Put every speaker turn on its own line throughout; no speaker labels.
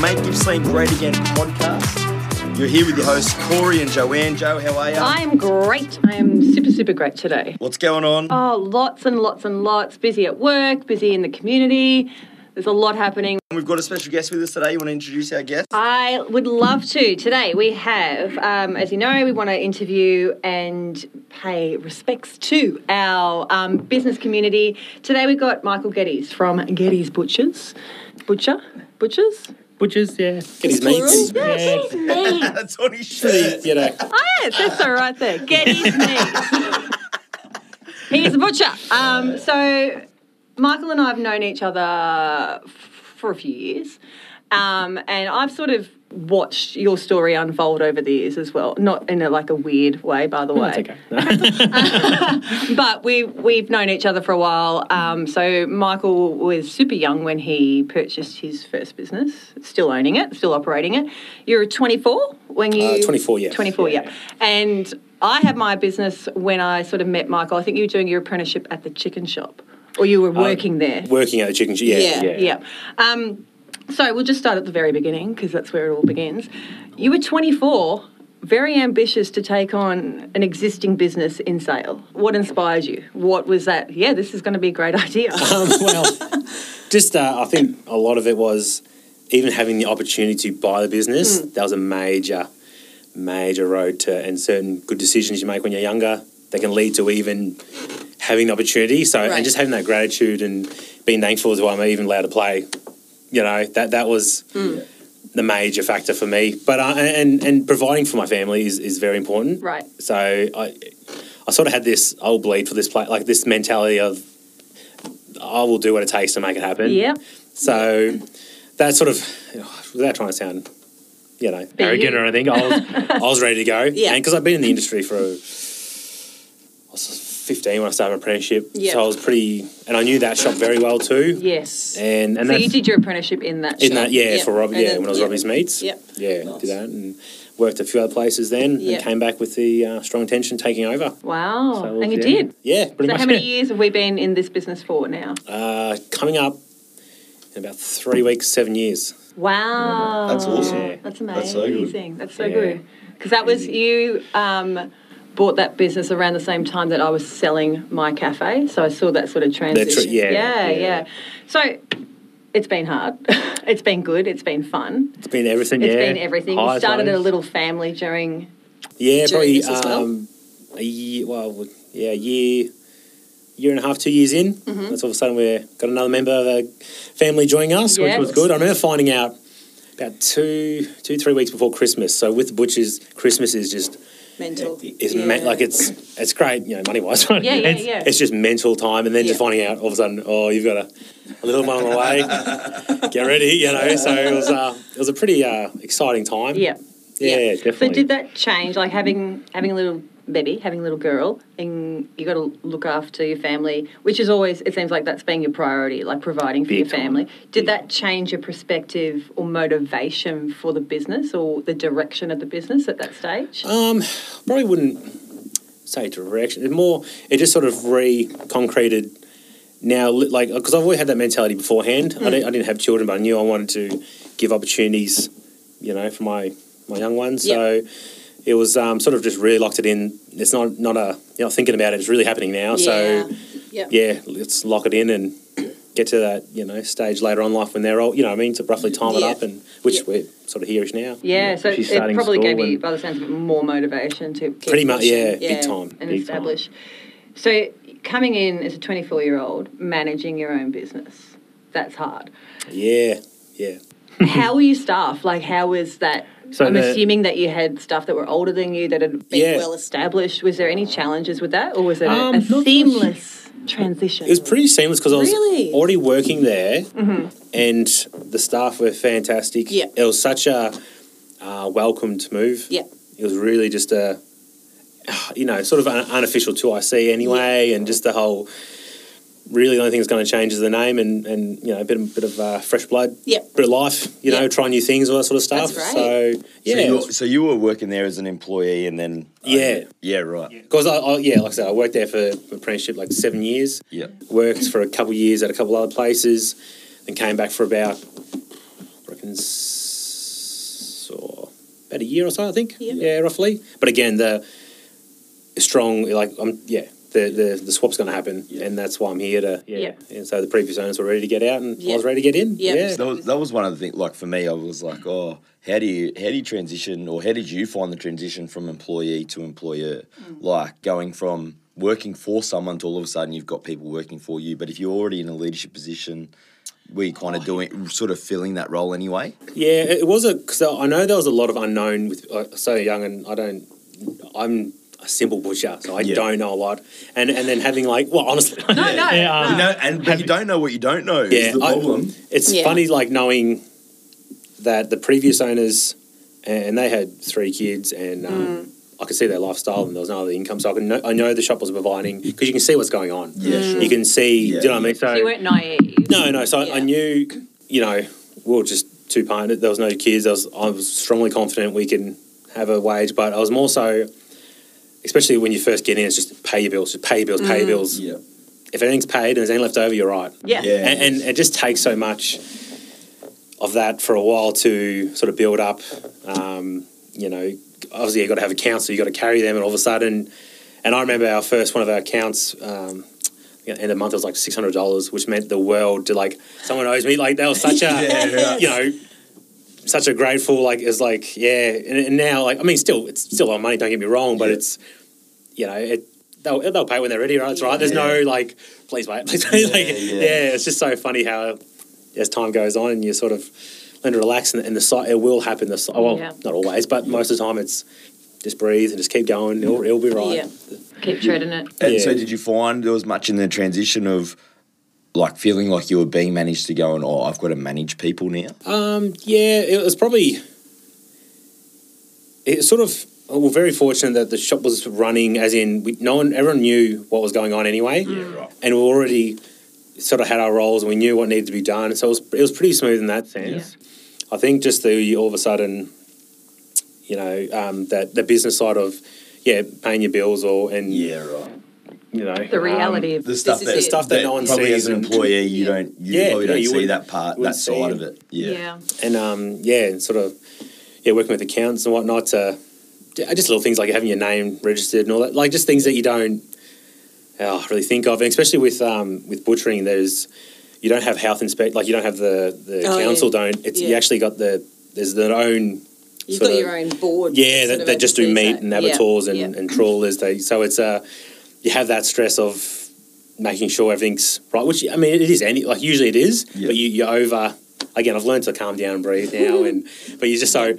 Make Give Slang Great Again podcast. You're here with your hosts, Corey and Joanne. Joe, how are you?
I am great. I am super, super great today.
What's going on?
Oh, lots and lots and lots. Busy at work, busy in the community. There's a lot happening.
We've got a special guest with us today. You want to introduce our guest?
I would love to. Today we have, um, as you know, we want to interview and pay respects to our um, business community. Today we've got Michael Geddes from Geddes Butchers. Butcher? Butchers?
Butchers, yeah.
Get his meat.
Yeah, Geddes Meat.
That's on his shirt.
You know,
Oh, yeah, it says so right there. Geddes Meat. He's a butcher. Um, so Michael and I have known each other f- for a few years, um, and I've sort of watched your story unfold over the years as well. Not in a, like a weird way, by the way.
That's okay. No.
But we we've known each other for a while. Um, so Michael was super young when he purchased his first business, still owning it, still operating it. You were 24 when you
Uh, 24, yeah.
24, yeah. And I had my business when I sort of met Michael. I think you were doing your apprenticeship at the chicken shop, or you were working there.
working at a chicken shop. Yeah.
yeah, yeah.
yeah.
Um, so we'll just start at the very beginning because that's where it all begins. You were 24. Very ambitious to take on an existing business in sale. What inspired you? What was that? Yeah, this is going to be a great idea.
Um, well, just uh, I think a lot of it was even having the opportunity to buy the business.
Hmm.
That was a major, major road to, and certain good decisions you make when you're younger they can lead to even having the opportunity. So
Right.
and just having that gratitude and being thankful as well. I'm even allowed to play. You know that that was.
Hmm.
The major factor for me, but uh, and and providing for my family is, is very important.
Right.
So I, I sort of had this I'll bleed for this play like this mentality of I will do what it takes to make it happen.
yeah.
So that sort of without trying to sound you know
you.
arrogant or anything, I was, I was ready to go.
Yeah.
And because I've been in the industry for I was fifteen when I started my apprenticeship,
Yeah.
so I was pretty and I knew that shop very well too.
Yes.
And and
so
that's
you did your apprenticeship in that.
in
shop.
that yeah, for Rob
And
yeah
then-
when I was
yeah.
Robbie's meats
Yeah.
yeah did that and worked a few other places then
Yeah.
and came back with the uh, strong tension taking over.
Wow.
So it was-
Oh, and you
yeah.
did.
Yeah, pretty
So
much.
how many years have we been in this business for now?
Uh, coming up in about three weeks, seven years.
Wow.
That's awesome.
Yeah.
That's
That's so good.
amazing. That's so
Yeah.
good. Because that was you um, bought that business around the same time that I was selling my cafe, so I saw that sort of transition. yeah,
yeah, yeah.
yeah. So it's been hard. it's been good. It's been fun.
It's been everything.
It's
yeah,
been everything. You
Highs,
started
lows.
a little family during.
Yeah,
journey
probably
as well.
um, a year. Well, yeah, a year, year and a half, two years in.
Mm-hmm.
That's all of a sudden we got another member of our family joining us,
Yes.
which was good. I remember finding out about two, two, three weeks before Christmas. So with the butchers, Christmas is just
mental.
is me- like it's it's great, you know, money wise.
Yeah, yeah,
it's,
yeah.
It's just mental time, and then just
Yeah.
finding out all of a sudden, oh, you've got a, a little one on the way. Get ready, you know. So it was uh, it was a pretty uh, exciting time.
Yeah.
yeah,
yeah.
definitely.
So did that change? Like having having a little baby, having a little girl, and you got to look after your family, which is always it seems like that's been your priority, like providing for
Big
your
time.
family. Did that change your perspective or motivation for the business or the direction of the business at that stage?
Um, probably wouldn't say direction. It more, it just sort of re-concreted now, li- like because I've always had that mentality beforehand. I, didn't, I didn't have children, but I knew I wanted to give opportunities, you know, for my my young ones. So it was um, sort of just really locked it in. It's not not a you're not thinking about it. It's really happening now. So
Yep.
yeah, let's lock it in and. Get to that, you know, stage later on in life when they're old. You know, what I mean, to roughly time it
Yeah.
up, and which
Yeah.
we're sort of hereish now.
yeah, so
she's
it
starting
probably
school
gave you,
and-
by the sounds of it, more motivation to keep
Pretty much,
pushing.
yeah,
yeah.
big time.
and
Big
establish. So coming in as a 24 year old, managing your own business, that's hard.
Yeah, yeah.
how were you staffed? Like, how was that?
So
I'm
the-
assuming that you had staff that were older than you that had been
Yeah.
well established. Was there any challenges with that, or was it a,
Um,
a
not much.
seamless transition?
It was pretty seamless because I was
Really? Mm-hmm.
already working there, and the staff were fantastic.
Yeah.
it was such a uh, welcomed move.
Yeah.
it was really just a you know sort of an unofficial two IC anyway, and just the whole. Really, the only thing that's going to change is the name and, and you know a bit of, bit of uh, fresh blood,
Yeah.
bit of life, you know,
Yeah.
try new things, all that sort of stuff.
That's
So yeah,
So
it
you,
was-
were, so you were working there as an employee and then. uh,
Yeah.
yeah, right. Yeah.
Because I, I, yeah, like I said, I worked there for apprenticeship like seven years.
Yeah.
Worked for a couple years at a couple other places, then came back for about, I reckon, s- about a year or so, I think.
Yeah.
roughly. But again, the strong, like, um, yeah, the, the, the swap's going to happen,
Yeah.
and that's why I'm here to. Yeah.
Yeah.
And so the previous owners were ready to get out, and
Yeah.
I was ready to get in.
Yeah.
Yeah.
That was, that was one of the things. Like for me, I was like, oh, how do you how do you transition, or how did you find the transition from employee to employer? Like going from working for someone to all of a sudden you've got people working for you. But if you're already in a leadership position, were you kind of doing sort of filling that role anyway?
Yeah, it it was a because I know there was a lot of unknown with uh, so young, and I don't. I'm a simple butcher, so I
Yeah.
don't know a lot. And and then having like, well, honestly, no,
no,
Yeah, um,
You know, and but you don't know what you don't know.
yeah,
is the
I-
problem.
it's
Yeah.
funny like knowing that the previous owners and they had three kids, and
Mm.
um, I could see their lifestyle, and there was no other income, so I can know, I know the shop was providing because you can see what's going on.
Yeah, sure.
You can see,
Yeah.
do you know what I mean? So
Mm. you weren't naive.
no, no. So I, I
Yeah.
knew, you know, we were just two partners. There was no kids. I was, I was strongly confident we can have a wage, but I was more so, especially when you first get in, it's just pay your bills, just pay your bills, pay your
Mm.
bills.
Yeah.
If anything's paid and there's anything left over, you're right.
Yeah.
Yeah.
And, and it just takes so much of that for a while to sort of build up. Um, you know, obviously you've got to have accounts, so you've got to carry them, and all of a sudden, and I remember our first one of our accounts. Um, you know, end of month it was like six hundred dollars, which meant the world to like someone owes me. Like that was such a
Yeah.
you know such a grateful like it's like yeah. And, and now like I mean still it's still our money. Don't get me wrong, but
Yeah.
it's you know it they'll, they'll pay when they're ready. Right, that's right. There's no
Yeah.
like please wait, please wait. like,
Yeah, yeah.
yeah. it's just so funny how as time goes on and you sort of learn to relax and, and the site it will happen. The si- well
Yeah.
not always, but most of the time it's just breathe and just keep going. It'll, it'll be right.
Yeah. Keep treading it.
And
Yeah.
so, did you find there was much in the transition of like feeling like you were being managed to go and oh, I've got to manage people now?
Um, yeah, it was probably. It's sort of oh, we're very fortunate that the shop was running, as in we, no one, everyone knew what was going on anyway,
Mm.
right.
and we already sort of had our roles and we knew what needed to be done. So it was it was pretty smooth in that sense. I think just the all of a sudden, you know, um, that the business side of yeah, paying your bills or and
right.
you know
The reality
um,
of
The stuff
this
that,
the
is it.
stuff that no one
probably
sees
as an
and-
employee, you
Yeah.
don't you
Yeah,
probably
yeah,
don't
you
see
wouldn't-
that part, that
wouldn't see
side
it.
of it.
Yeah.
Yeah.
and um, yeah, and sort of yeah, working with accounts and whatnot to yeah, just little things like having your name registered and all that, like just things that you don't uh, really think of, and especially with um, with butchering, there's you don't have health inspect, like you don't have the the
Oh, yeah.
council don't. It's you
Yeah.
actually got the there's their own
You've
sort
got
of-
your own board.
yeah
sort
that
of
they just do
oversees
meat
that.
and
Yeah,
abattoirs and,
yeah.
and trawlers. They so it's uh, you have that stress of making sure everything's right. Which I mean, it is any like usually it is,
Yeah.
but you you over. Again, I've learned to calm down and breathe now, and but you're just so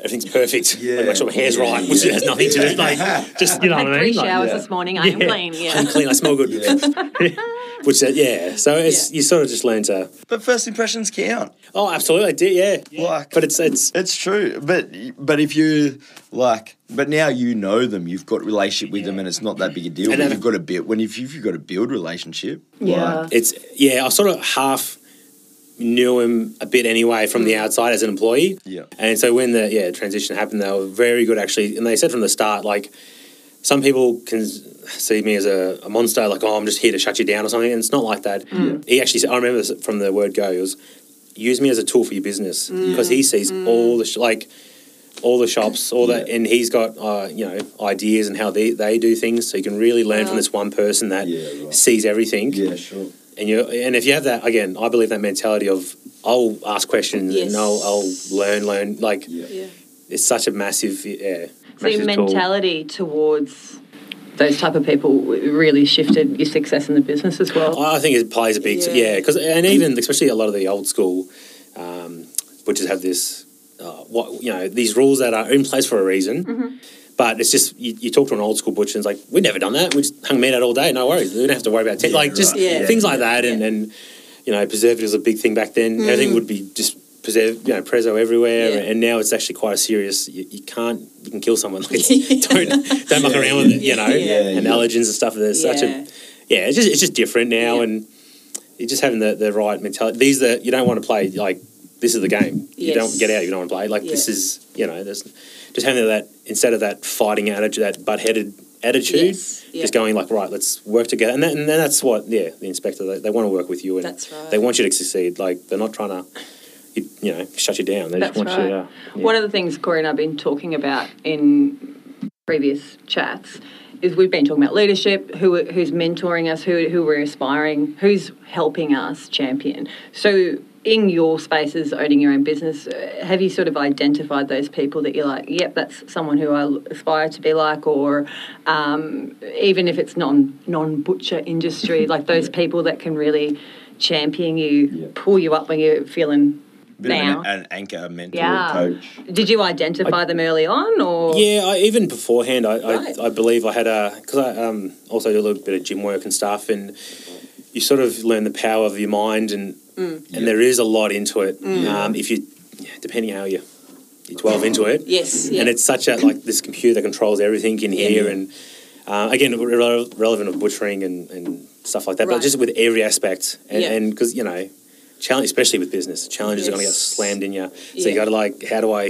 everything's perfect.
Yeah.
Like, make sure my hair's
Yeah,
right,
yeah.
which has nothing to do. Like, just you know
I
what
had
I
three
mean. Like,
showers
yeah.
this morning. I am
Yeah.
clean. Yeah.
I'm clean. I smell good. Which uh, yeah, so it's
Yeah.
you sort of just learn to.
But first impressions count.
Oh, absolutely, I did. Yeah,
Like
but it's it's
It's true, but but if you like, but now you know them, you've got relationship with them, and it's not that big a deal.
And
but
then-
you've got to build when if you've, you've got to build relationship.
Yeah.
like,
it's yeah, I sort of half knew him a bit anyway from the outside as an employee.
Mm. Yeah.
And so when the yeah transition happened, they were very good actually, and they said from the start like some people can s- see me as a, a monster, like oh I'm just here to shut you down or something, and it's not like that.
Mm.
He actually said, I remember this from the word go, it was use me as a tool for your business
Mm.
because he sees all the sh- like. All the shops, all that,
Yeah.
and he's got uh, you know ideas and how they, they do things. So you can really learn from this one person that
Yeah, right.
sees everything
sure.
and you and if you have that again, I believe that mentality of I'll ask questions
Yes.
and I'll, I'll learn, learn. Like
Yeah.
it's such a massive, yeah.
So your
massive tool.
mentality towards those type of people really shifted your success in the business as well.
I think it plays a big,
Yeah.
yeah, because and even especially a lot of the old school um, butchers have this, uh, what you know, these rules that are in place for a reason.
Mm-hmm.
But it's just you, you talk to an old school butcher and it's like we never done that. We just hung meat out all day. No worries. We don't have to worry about it. like just
right.
Yeah. Mm-hmm.
things like that. And, and you know, preservatives was a big thing back then. Everything would be just preserve, you know, prezzo everywhere.
Yeah.
And now it's actually quite a serious. You, you can't. You can kill someone. Like, don't don't muck around with it. You know,
Yeah.
and allergens and stuff. There's such
Yeah.
a yeah, it's just it's just different now,
Yeah.
and you're just having the, the right mentality. These are you don't want to play like this is the game. You
Yes.
don't get out. You don't want to play like this
Yeah.
is you know there's just having that instead of that fighting attitude, that butt headed attitude,
Yes. Yeah.
just going like right, let's work together. And, that, and then that's what yeah, the inspector they, they want to work with you, and
That's right.
they want you to succeed. Like they're not trying to. you, you know shut you down. They
That's
just want
right.
you. Uh, yeah.
One of the things Corey and I've been talking about in previous chats is we've been talking about leadership, who who's mentoring us, who who we're aspiring, who's helping us champion. So in your spaces, owning your own business, uh, have you sort of identified those people that you're like, yep, that's someone who I aspire to be like, or um, even if it's non non butcher industry, like those people that can really champion you,
Yeah.
pull you up when you're feeling
Bit of
now.
an, an anchor, a mentor,
Yeah.
coach.
Did you identify them early on, or
Yeah, I, even beforehand, I,
Right.
I, I believe I had a because I um, also do a little bit of gym work and stuff, and you sort of learn the power of your mind, and
Mm.
and
Yeah.
there is a lot into it. Um, if you, yeah, depending how you you dwell into it,
Yes.
and it's such a like this computer that controls everything in here, and uh, again, re- relevant of butchering and, and stuff like that,
Right.
but just with every aspect,
Yeah.
and because you know, challenge especially with business, challenges are going to get
Yes.
slammed in you, so
Yeah.
you got to like, how do I?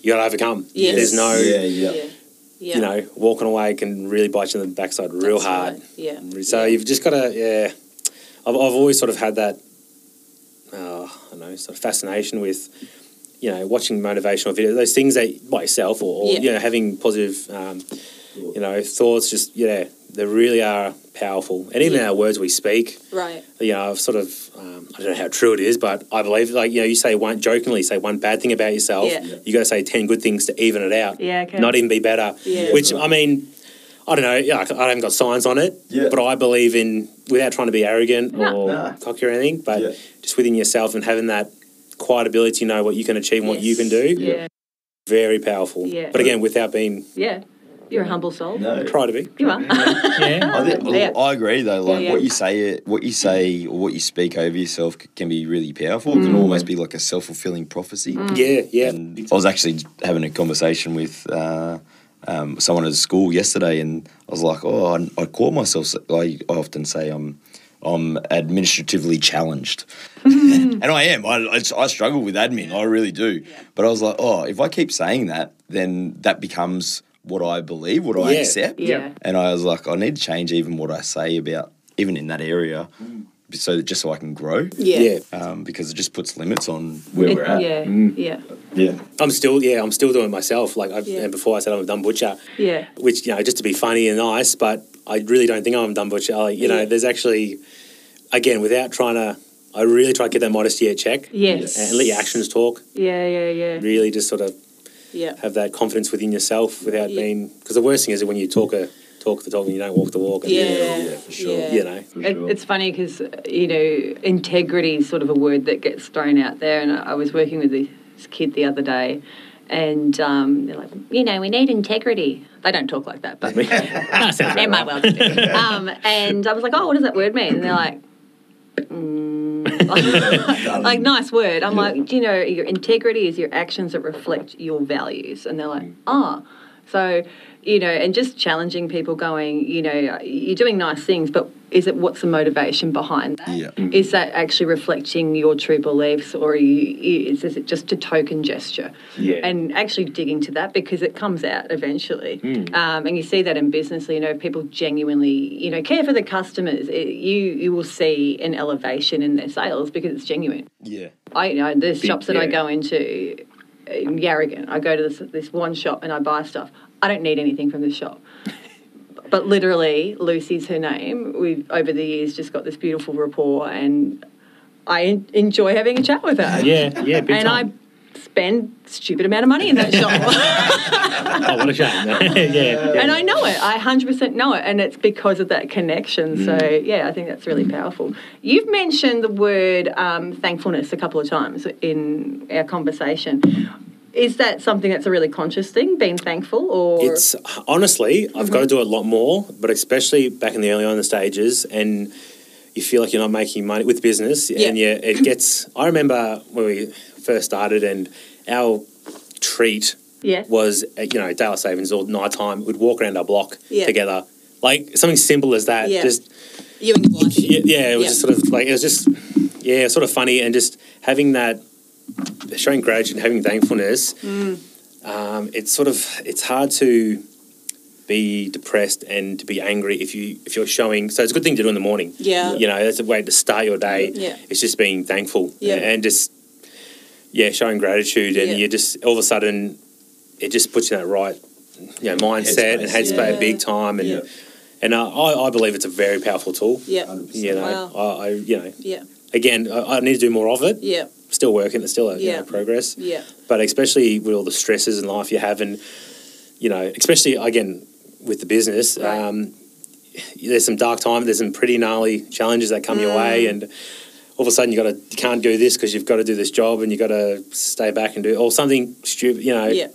You got to overcome.
Yes.
There's no
Yeah,
yeah.
yeah.
yeah.
you know, walking away can really bite you in the backside real
That's
hard.
right, Yeah.
So you've just got to, yeah. I've, I've always sort of had that, uh, I don't know, sort of fascination with, you know, watching motivational videos, those things that by yourself or, or
Yeah.
you know, having positive, um, you know, thoughts, just, yeah, they really are powerful. And even
Yeah.
our words we speak,
Right.
you know, I've sort of, um, I don't know how true it is, but I believe, like, you know, you say one, jokingly, say one bad thing about yourself,
Yeah. Yeah.
you got to say 10 good things to even it out.
Yeah, okay.
Not even be better.
Yeah.
Which,
Yeah.
I mean, I don't know, yeah, I I haven't got science on it,
Yeah.
but I believe in, without trying to be arrogant
No.
or
Nah.
cocky or anything, but
Yeah.
just within yourself and having that quiet ability to know what you can achieve and what you
Yes.
can do,
yeah,
very powerful.
Yeah.
But again, without being,
yeah, you're a humble soul.
No.
try to be.
You are.
Yeah.
I, think,
Oh, Yeah.
I agree though. Like
yeah.
what you say, what you say, or what you speak over yourself c- can be really powerful. It can
Mm.
almost be like a self fulfilling prophecy.
Mm.
Yeah, yeah.
And I was actually having a conversation with uh, um, someone at school yesterday, and I was like, "Oh, I, I call myself. I, I often say I'm, I'm administratively challenged,
Mm.
and I am. I, I, I struggle with admin. I really do. But I was like, oh, if I keep saying that, then that becomes what I believe, what I
Yeah.
accept.
Yeah.
And I was like, I need to change even what I say about even in that area,
Mm.
so that just so I can grow.
Yeah.
yeah.
Um, because it just puts limits on where
It-
we're at. Mm.
Yeah, yeah,
Yeah.
I'm still, yeah, I'm still doing it myself. Like, I've,
Yeah.
and before I said I'm a dumb butcher,
yeah.
which you know just to be funny and nice but i really don't think i'm done butcher like, you know
Yeah.
there's actually again without trying to i really try to get that modesty at check
Yes.
and let your actions talk
Yeah, yeah, yeah.
really just sort of
Yeah.
have that confidence within yourself without
Yeah.
being because the worst thing is when you talk a talk the talk and you don't walk the walk and,
Yeah.
yeah, for sure.
Yeah.
you know
For
It,
sure.
It's funny because you know integrity is sort of a word that gets thrown out there, and I I was working with this kid the other day, and um, they're like, you know, we need integrity. They don't talk like that, but
That Ah, sounds
they
right.
might well. do. um, and I was like, oh, what does that word mean? And they're like. "Mm." like, like, nice word. I'm like, do you know your integrity is your actions that reflect your values? And they're like, ah. So, you know, and just challenging people going, you know, you're doing nice things, but is it what's the motivation behind that?
Yeah.
Is that actually reflecting your true beliefs or are you, is, is it just a token gesture?
Yeah.
And actually digging to that because it comes out eventually. Um, and you see that in business, you know, people genuinely, you know, care for the customers. It, you, you will see an elevation in their sales because it's genuine.
Yeah.
I you know there's
Big-
shops that I
yeah.
go into in Yarragon. I go to this this one shop and I buy stuff. I don't need anything from this shop. but literally, Lucy's her name. We've over the years just got this beautiful rapport, and I en- enjoy having a chat with her.
yeah, yeah, big
and
time.
I spend stupid amount of money in that shop,
oh, what a shame. yeah, yeah.
and I know it. I hundred percent know it, and it's because of that connection. So
Mm.
yeah, I think that's really powerful. You've mentioned the word um, thankfulness a couple of times in our conversation. Is that something that's a really conscious thing, being thankful, or
It's honestly, I've got to do it a lot more, but especially back in the early on the stages, and you feel like you're not making money with business, and yeah, it gets. I remember when we first started, and our treat
yeah,
was uh, you know daylight savings or night time. We'd walk around our block
Yeah.
together, like something simple as that.
Yeah.
Just
You and your life.
yeah, yeah, it was
Yeah.
just sort of like it was just yeah, sort of funny and just having that showing gratitude, having thankfulness. Um, it's sort of it's hard to be depressed and to be angry if you if you're showing. So it's a good thing to do in the morning.
Yeah.
you know that's a way to start your day.
Yeah.
it's just being thankful.
Yeah.
and just yeah, showing gratitude, and
Yeah.
you just all of a sudden it just puts you in that right, you know, mindset and
Headspace.
headspace
Yeah.
big time, and
Yeah.
and uh, I, I believe it's a very powerful tool.
Yeah.
100%.
You know,
Wow.
I, I you know
Yeah.
again I, I need to do more of it.
Yeah.
Still working, it's still a you
Yeah.
know, progress,
Yeah.
but especially with all the stresses in life you have, and you know, especially again with the business.
Right.
Um, there's some dark time. There's some pretty gnarly challenges that come
Mm.
your way, and all of a sudden you got to you can't do this because you've got to do this job, and you got to stay back and do or something stupid. You know,
Yeah.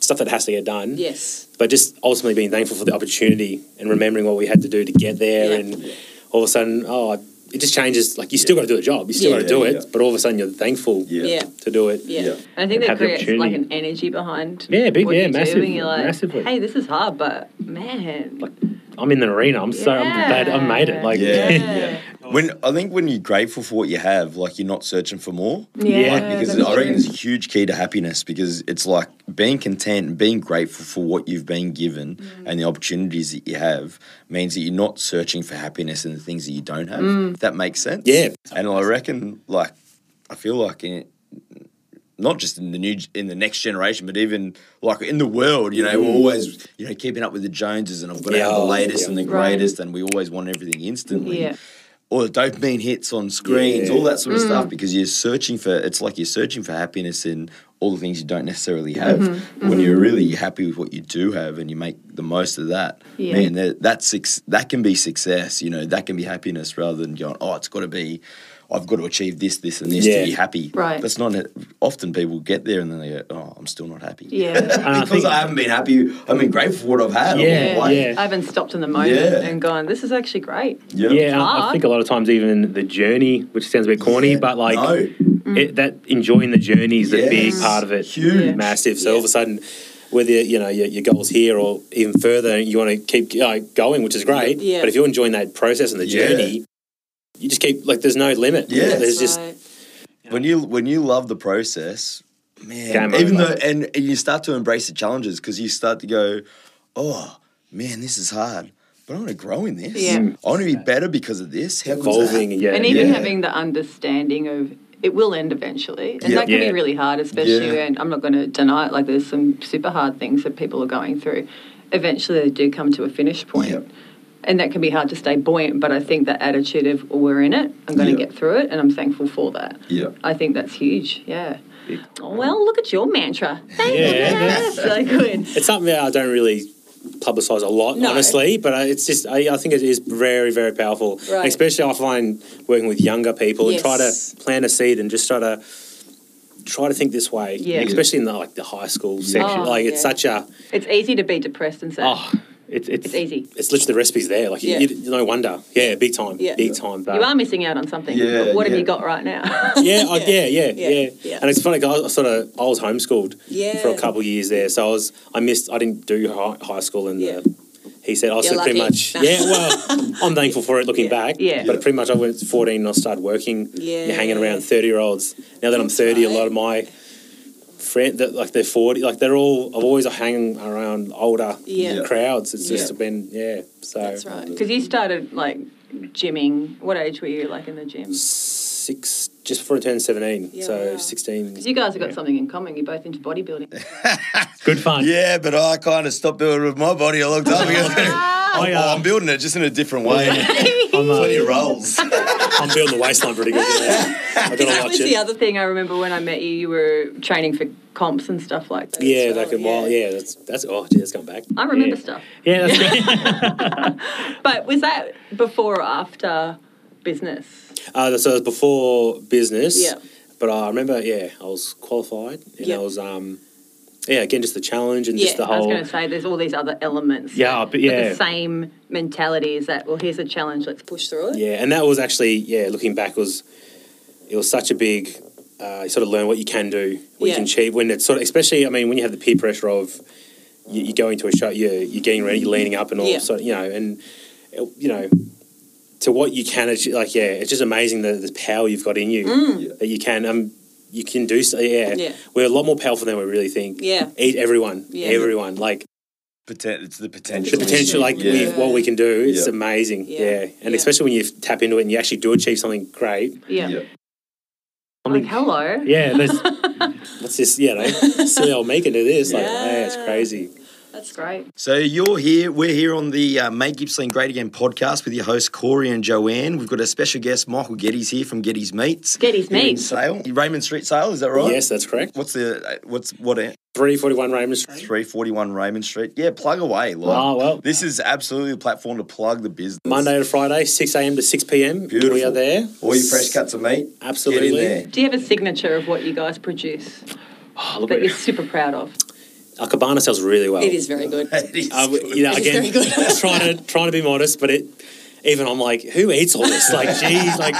stuff that has to get done.
Yes.
But just ultimately being thankful for the opportunity and remembering what we had to do to get there,
Yeah.
and all of a sudden, oh, it just changes. Like you still got to do the job. You still
Yeah.
got to do
Yeah,
it,
yeah.
but all of a sudden you're thankful
Yeah.
Yeah.
to do it.
Yeah.
Yeah.
And I think
And
that
have the
creates like
opportunity.
an energy behind
Yeah, big,
what
yeah,
you do
massive,
and you're like,
massively.
hey, this is hard, but man.
I'm in the arena. I'm so I'm glad I made it. Like,
Yeah.
yeah,
yeah.
When I think when you're grateful for what you have, like you're not searching for more.
Yeah,
like because
that's
I reckon
true.
it's a huge key to happiness because it's like being content and being grateful for what you've been given
Mm.
and the opportunities that you have means that you're not searching for happiness in the things that you don't have. If that makes sense.
Yeah.
And I reckon like I feel like in not just in the new in the next generation, but even like in the world, you
Mm.
know, we're always you know keeping up with the Joneses, and I've got to have the
Yeah.
latest and the
Right.
greatest, and we always want everything instantly
Yeah.
or the dopamine hits on screens,
Yeah.
all that sort of stuff, because you're searching for it's like you're searching for happiness in all the things you don't necessarily
Mm-hmm.
have. When you're really happy with what you do have and you make the most of that,
Yeah.
man, that that's suc- that can be success. You know, that can be happiness rather than going, oh, it's got to be. I've got to achieve this, this, and this
Yeah.
to be happy.
Right.
That's not often people get there and then they go, "Oh, I'm still not happy."
Yeah.
And I
because
think-
I, haven't been happy. I've been grateful for what I've had. all my
Yeah,
life.
yeah.
I haven't stopped in the moment
Yeah.
and gone, this is actually great.
yeah,
and I, I
hard.
think a lot of times even the journey, which sounds a bit corny,
Yeah.
but like
No.
it, that enjoying the journey is a big
Mm. Yes.
part of it.
Huge. Yeah.
massive. So
Yeah.
all of a sudden, whether you know your, your goals here or even further, you want to keep uh, going, which is great.
Yeah.
But if you're enjoying that process and the
Yeah.
journey, you just keep like there's no limit.
Yeah.
there's
That's
just
right.
when you when you love the process, man.
Game
even
over.
though and, and you start to embrace the challenges because you start to go, oh man, this is hard, but I want to grow in this.
Yeah. Mm.
I want to be better because of this. How
evolving.
Cool
Yeah,
and even
yeah.
having the understanding of it will end eventually, and
Yeah.
that can
Yeah.
be really hard, especially
Yeah.
when I'm not going to deny it. Like there's some super hard things that people are going through. Eventually, they do come to a finish point,
Yeah.
and that can be hard to stay buoyant. But I think that attitude of "Oh, we're in it, I'm going
Yeah.
to get through it, and I'm thankful for that.
Yeah.
I think that's huge. Yeah. Well, look at your mantra. Thank
Yeah,
goodness. So good.
it's something that I don't really publicize a lot,
No.
honestly. But I- it's just I, I think it is very very powerful,
Right.
especially I find working with younger people and try
Yes.
to plant a seed and just try to try to think this way,
Yeah.
especially in the like the high school section.
Oh,
like it's
yeah.
such a
It's easy to be depressed and sad.
Oh, it's it's,
It's easy.
it's literally the recipes there. Like, you-
Yeah.
you, no wonder. Yeah, big time.
Yeah.
Big time. But
You are missing out on something.
Yeah,
but what have
yeah.
you got right now?
yeah, I, yeah, yeah, yeah,
Yeah. Yeah.
And it's funny. 'cause I was sort of I was homeschooled
Yeah.
for a couple of years there, so I was I missed. I didn't do high, high school, and
Yeah.
the, he said I was
You're
so pretty
lucky.
much. yeah, well, I'm thankful for it looking
Yeah.
back.
Yeah.
but pretty much I went 14 and I started working.
Yeah.
you're hanging around 30 year olds. Now that I'm 30, a lot of my friend that like they're 40, like they're all. I've always hanging around older
Yeah.
crowds. It's
Yeah.
just been yeah. So
That's right. Because you started like gymming. What age were you like in the gym?
six just before I turned 17.
Yeah,
so
wow.
16.
Because you guys have got something in common. You're both into bodybuilding.
good fun.
yeah, but I kind of stopped building with my body a long time ago.
I,
Oh,
uh,
I'm building it just in a different way.
I'm, uh,
Plenty of rolls.
I'm building the waistline pretty good. Yeah. I gotta
that was
watch
the
it.
other thing I remember when I met you. You were training for comps and stuff like that.
Yeah,
as well,
back in while. Yeah, that's that's oh, gee, that's going back.
I remember
Yeah.
stuff.
yeah, that's great.
But was that before or after business?
Uh, so it was before business.
Yeah.
But I remember, yeah, I was qualified, and
Yeah.
I was, um, yeah, again, just the challenge and
yeah,
just the
I was
whole.
going to say there's all these other elements.
yeah, but
But
yeah,
The same mentality is that, well, here's a challenge, let's push through it.
Yeah, and that was actually yeah. Looking back, was it was such a big. Uh, you sort of learn what you can do, what you
Yeah.
can achieve. When it's sort of, especially, I mean, when you have the peer pressure of you, you go into a show, you're, you're getting ready, you're leaning up, and all
Yeah.
sort of, you know, and uh, you know, to what you can achieve. Like, yeah, it's just amazing the, the power you've got in you that you can. Um, you can do so. Yeah.
Mm. Yeah.
we're a lot more powerful than we really think.
Yeah.
eat everyone,
Yeah.
everyone. Like
Poten- it's the
the
potential.
potential, like
yeah.
we, what we can do, it's
Yeah.
amazing.
Yeah.
Yeah,
Yeah.
and especially when you tap into it and you actually do achieve something great.
Yeah.
Yeah.
Like, hello.
yeah. There's
What's this? You know, silly old making to this. Like,
Yeah.
hey, it's crazy.
That's great.
So you're here. We're here on the uh, Make Gippsland Great Again podcast with your hosts Corey and Joanne. We've got a special guest, Michael Geddes, here from Geddes Meats.
Geddes
Here in
Meats.
Sale, Raymond Street Sale. Is that right?
Yes, that's correct.
What's the uh, what's what a-
341 Raymond Street.
341 Raymond Street? Yeah, plug away. Like,
Oh, well.
This is absolutely a platform to plug the business.
Monday to Friday, 6 a.m. to 6 p.m.
Beautiful.
We are there.
All your fresh cuts of meat.
Absolutely.
Get in there.
Do you have a signature of what you guys produce
Oh, look
that you're
at
super proud of?
Our cabana sells really well.
It is very good.
It is
Uh, we- you know,
It is
again,
very good.
trying to trying to be modest, but it even I'm like, who eats all this? Like, geez, like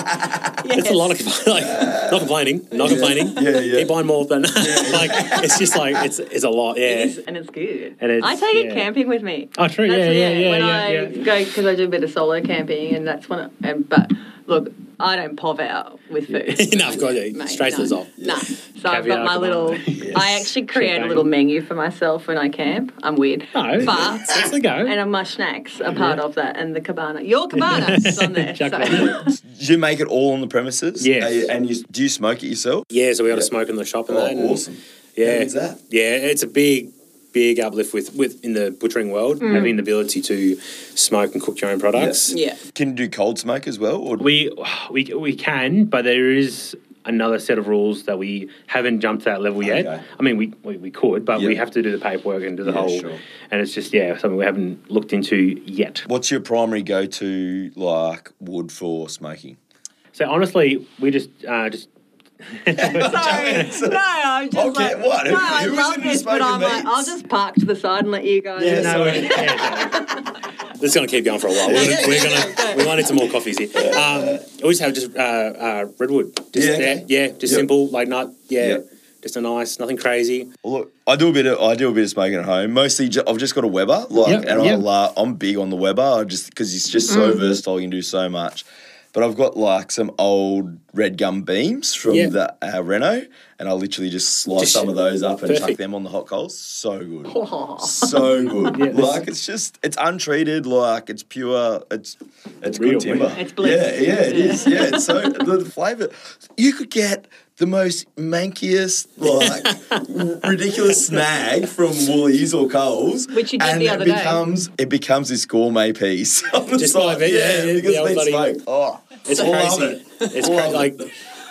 it's a lot of like not complaining, not complaining.
Yeah, yeah.
Keep buying more, but like it's just like it's it's a lot.
It
Yeah,
is, and it's good.
And it's-
I take it
yeah.
camping with me.
Oh, true.
That's
Yeah,
it,
yeah, yeah,
When
yeah,
I
yeah.
go, because I do a bit of solo camping, and that's when. I, and, but look, I don't pov out with food.
no, I've got to
Mate,
straight to
no,
the top.
No.
So I've
Caviar
got my
cabana.
little.
Yes.
I actually create a
Champagne.
little menu for myself when I camp. I'm weird.
No,
But-
Oh, that's the go.
And my snacks are part of that, and the cabana. Your cabana is on there.
Chuck
so.
that
Do you make it all on the premises?
Yes.
Are you- and you, do you smoke it yourself? Oh,
Yeah, so we got to smoke in the shop and that. and-
How
Yeah,
good's that?
yeah, it's a big, big uplift with with in the butchering world
Mm.
having the ability to smoke and cook your own products.
Yeah.
Can you do cold smoke as well? Or
We we we can, but there is another set of rules that we haven't jumped to that level yet.
Okay.
I mean, we, we, we could, but we
Yeah.
have to do the paperwork and do the
Yeah,
whole.
sure.
And it's just yeah, something we haven't looked into yet.
what's your primary go-to like wood for smoking?
So honestly, we just uh, just
Sorry. No, I'm just
Okay,
like,
what?
No,
Who-
I
who
love
isn't
this, but
smoking
I'm like,
meats?
I'll just park to the side and let you guys.
Yeah,
no,
sorry.
yeah, no.
It's going to keep going for a while. We're, gonna, we're gonna we want into more coffees here. Um, we just have just uh, uh, redwood. Just
Yeah,
yeah,
okay.
yeah, just
Yep.
simple, like not yeah,
Yep.
just a nice, nothing crazy.
Well, look, I do a bit of I do a bit of smoking at home. Mostly, ju- I've just got a Weber, like,
Yep,
and
yep.
I'll, uh, I'm big on the Weber. I just because it's just so versatile, you can do so much. But I've got like some old red gum beams from
Yeah.
the uh, Renault, and I literally just slice
Just-
some of those up and chuck
Perfect.
them on the hot coals. So good,
Oh.
so good.
Yeah.
Like it's just it's untreated, like it's pure. It's it's
Real,
good timber.
It's bliss.
Yeah, yeah, it is. Yeah, it's so the, the flavour. You could get the most mankiest, like ridiculous snag from Woolies or Coles,
Which you did
and
the
it
other day.
becomes it becomes this gourmet piece. on the
Just
side.
like it, yeah, yeah,
because
yeah,
they
buddy.
smoke. Oh,
It's
I love
crazy.
it.
It's cra- like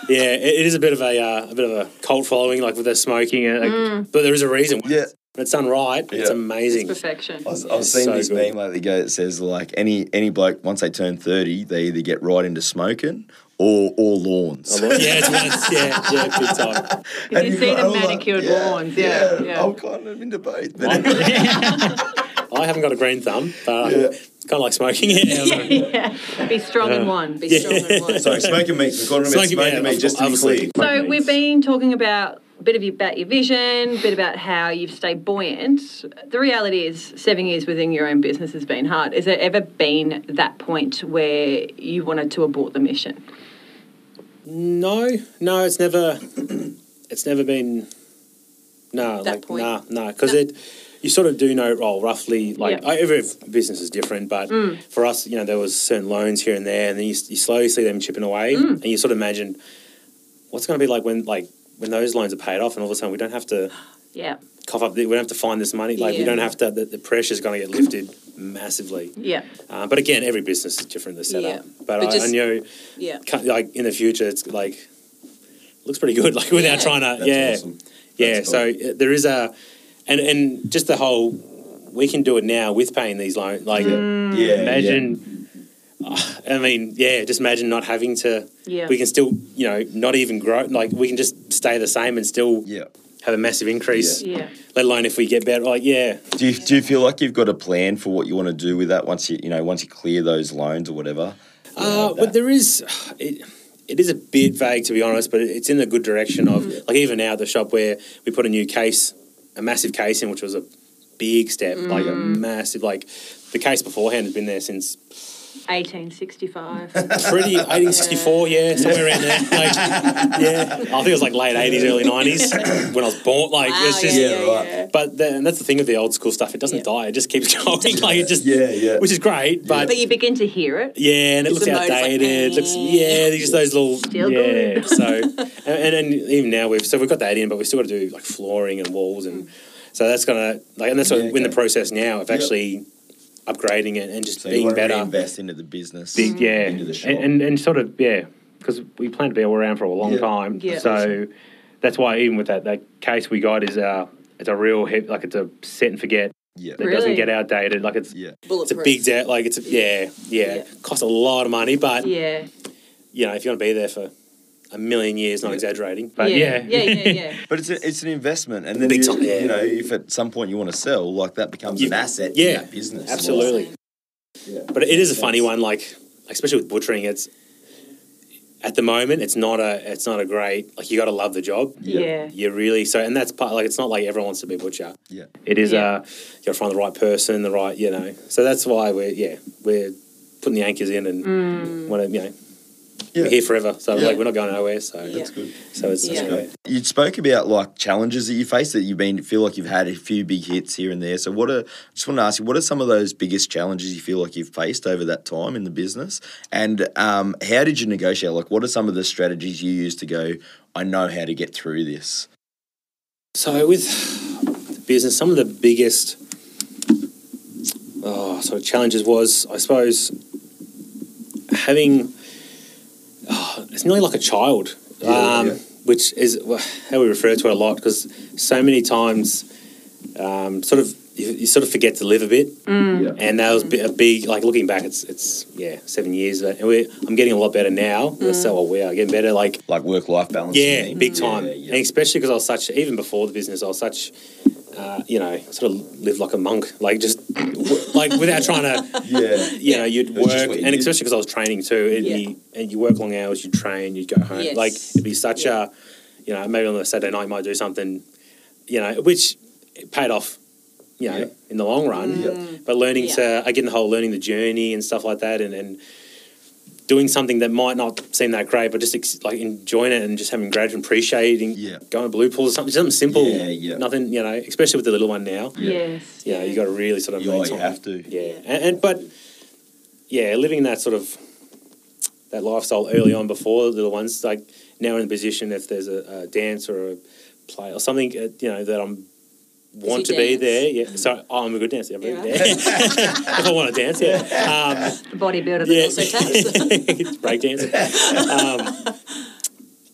yeah, it, it is a bit of a uh, a bit of a cult following, like with their smoking, and like,
Mm.
but there is a reason.
Yeah.
When it's done right, it's
Yeah.
amazing.
Perfection.
I was, I was seeing
So
this
good.
meme lately go that says like any any bloke once they turn thirty they either get right into smoking or or lawns.
yeah, it's, it's yeah, yeah, big time.
And
you
you've
see
got-
the
I'm like,
manicured lawns, yeah, yeah.
I'm kind of into both. But anyway,
I haven't got a green thumb, but
Yeah.
kind of like smoking. Yeah,
yeah. Be strong in one. Be strong in one.
sorry, smoking meat. We're going to smoking,
Smoking meat,
smoking meat. Just to be clear.
obviously.
So we've been talking about a bit of your, about your vision, a bit about how you've stayed buoyant. The reality is, seven years within your own business has been hard. Has there ever been that point where you wanted to abort the mission?
No, no, it's never, it's never been. No,
That
like
point.
nah, no, because it, you sort of do know well roughly. Like
Yeah.
every business is different, but
Mm.
for us, you know, there was certain loans here and there, and then you, s- you slowly see them chipping away,
Mm.
and you sort of imagine what's going to be like when like when those loans are paid off, and all of a sudden we don't have to
Yeah,
cough up, the, we don't have to find this money, like we
Yeah. Mm.
don't have to. The, the pressure is going to get lifted massively.
yeah.
Uh, but again, every business is different. The setup,
Yeah.
but,
But
I, I
just-
know
Yeah.
cut- like in the future, it's like looks pretty good. Like without
Yeah.
trying to, yeah, yeah.
That's
so uh, there is a, and and just the whole, we can do it now with paying these loans. Like
Mm.
Yeah.
imagine
I mean, yeah, just imagine not having to.
Yeah.
We can still, you know, not even grow. Like we can just stay the same and still
Yeah.
have a massive increase.
Yeah.
Let alone if we get better. Like yeah,
Do you, do you feel like you've got a plan for what you want to do with that once you you know once you clear those loans or whatever?
Uh, but there is, it, it is a bit vague to be honest, but it's in the good direction of like even now at the shop where we put a new case, a massive case in, which was a big step, like a massive like the case beforehand had been there since
1865.
Pretty 1864, yeah, somewhere around there. Like, yeah, I think it was like late 80s, early 90s when I was born. Like,
Wow,
it's just.
yeah, right.
But then that's the thing of the old school stuff. It doesn't
Yeah.
die. It just keeps going. like it just,
Yeah, yeah.
which is great. But
But you begin to hear it.
yeah, and it looks
Just the mode's like,
outdated. looks yeah, just those little
Still
yeah.
good.
so and, and and even now we've so we've got that in, but we still got to do like flooring and walls and so that's gonna like and that's what
Yeah,
we're in the
okay.
process now of
Yep.
actually upgrading it and just
So you
being
want to
better.
reinvest into the business.
Big, yeah,
Into the shop.
and, and and sort of yeah, because we plan to be all around for a long
Yeah.
time.
Yeah.
So that's why even with that that case we got is uh it's a real hit like it's a set and forget
yeah.
that doesn't
Really?
get outdated. Like it's
Yeah.
It's a big
day.
debt. Like it's a, yeah, yeah,
Yeah.
Costs a lot of money, but
Yeah.
you know if you want to be there for a million years, not exaggerating. But
But
yeah.
yeah.
Yeah, yeah, yeah.
But it's, a, it's an investment, and then
Big
you,
time, yeah.
you know if at some point you want to sell, like that becomes an
Yeah.
asset in
Yeah.
that business.
Absolutely.
Yeah.
But it is a funny one, like especially with butchering. It's at the moment, it's not a, it's not a great. Like you got to love the job.
Yeah.
Yeah.
You really so, and that's part. Like it's not like everyone wants to be a butcher.
Yeah.
it is
Yeah.
uh
You got to find the right person, the right, you know. So that's why we're yeah, we're putting the anchors in and
Mm.
want to you know
Yeah.
we're here forever. So
Yeah.
like we're not going nowhere. So
That's good.
so it's
Yeah.
Okay. You spoke about like challenges that you face that you've been feel like you've had a few big hits here and there. So what are I just want to ask you what are some of those biggest challenges you feel like you've faced over that time in the business, and um, how did you negotiate? Like, what are some of the strategies you use to go? I know how to get through this.
So with the business, some of the biggest oh, sort of challenges was, I suppose, having oh, it's nearly like a child,
Yeah,
um,
yeah.
which is wha- how we refer to it a lot because so many times, um, sort of. You, you sort of forget to live a bit, and that was bi- a big like looking back. It's it's yeah, seven years, but- and we're, I'm getting a lot better now. So well, we are getting better. Like
Like work life balance. you
yeah,
mean?
big time.
Yeah, yeah.
And especially because I was such, even before the business, I was such, uh, you know, sort of lived like a monk, like just, w- like without trying to,
yeah.
you know, you'd
That's just
work,
what you
and
did.
especially because I was training too, it'd
Yeah.
be, and you work long hours, you'd train, you'd go home.
Yes.
Like, it'd be such
Yeah.
a, you know, maybe on a Saturday night, you might do something, you know, which it paid off, you know,
Yeah.
in the long run.
Yeah.
But learning
Yeah.
to, again, the whole learning the journey and stuff like that, and, and doing something that might not seem that great, but just ex- like enjoying it and just having gratitude and appreciating
Yeah.
going to blue pools or something, something simple.
Yeah, yeah.
Nothing, you know, especially with the little one now.
Yeah.
Yes.
Yeah, you got to really sort of
You,
make
are, you
time.
have to.
Yeah,
Yeah.
And, and but yeah, living that sort of that lifestyle early on before the little ones, like now in a position if there's a, a dance or a play or something, uh, you know that I'm want to
you
be
dance? Mm.
there. Yeah, so oh, I'm a good dancer. I'm a good
Yeah.
dancer. if I want to dance, yeah. Um,
The bodybuilder that
yeah.
also taps.
it's break dancing. Um,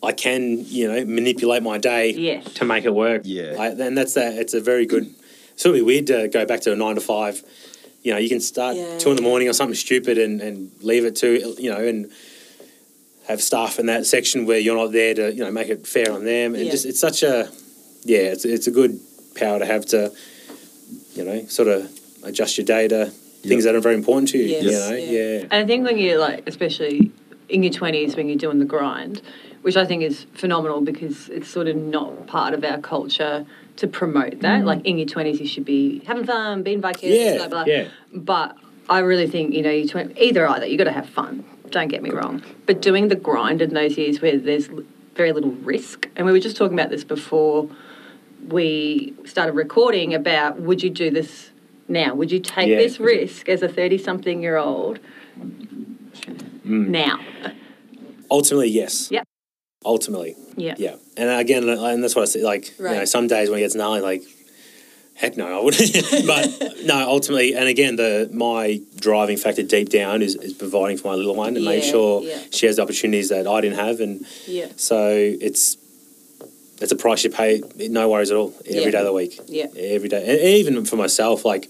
I can, you know, manipulate my day.
yes.
to make it work.
Yeah.
I, and that's a, it's a very good. It's sort of weird to go back to a nine to five. You know, you can start
Yeah.
two in the morning or something stupid and, and leave it to you know and have staff in that section where you're not there to you know make it fair on them and
Yeah.
just it's such a yeah it's it's a good power to have to you know sort of adjust your day to things that are very important to you.
Yes,
You know,
yeah.
yeah.
And I think when you're like, especially in your twenties, when you're doing the grind, which I think is phenomenal because it's sort of not part of our culture to promote that. Like in your twenties, you should be having fun, being vicarious,
Mm.
blah
Yeah,
blah.
yeah.
But I really think you know you twen- either either you got to have fun. Don't get me wrong, but doing the grind in those years where there's l- very little risk, and we were just talking about this before we started recording about would you do this now? Would you take
Yeah.
this risk as a thirty-something-year-old now?
Ultimately, yes.
Yep.
Ultimately.
Yeah.
Yeah, and again, and that's what I say. Like, you know,
Right.
some days when it gets gnarly, like, heck no, I wouldn't. but no, ultimately, and again, the my driving factor deep down is, is providing for my little one and make
Yeah,
sure
yeah.
she has the opportunities that I didn't have, and
Yeah,
so it's it's a price you pay. No worries at all. Every day
Yeah.
of the week,
yeah,
every day, and even for myself, like.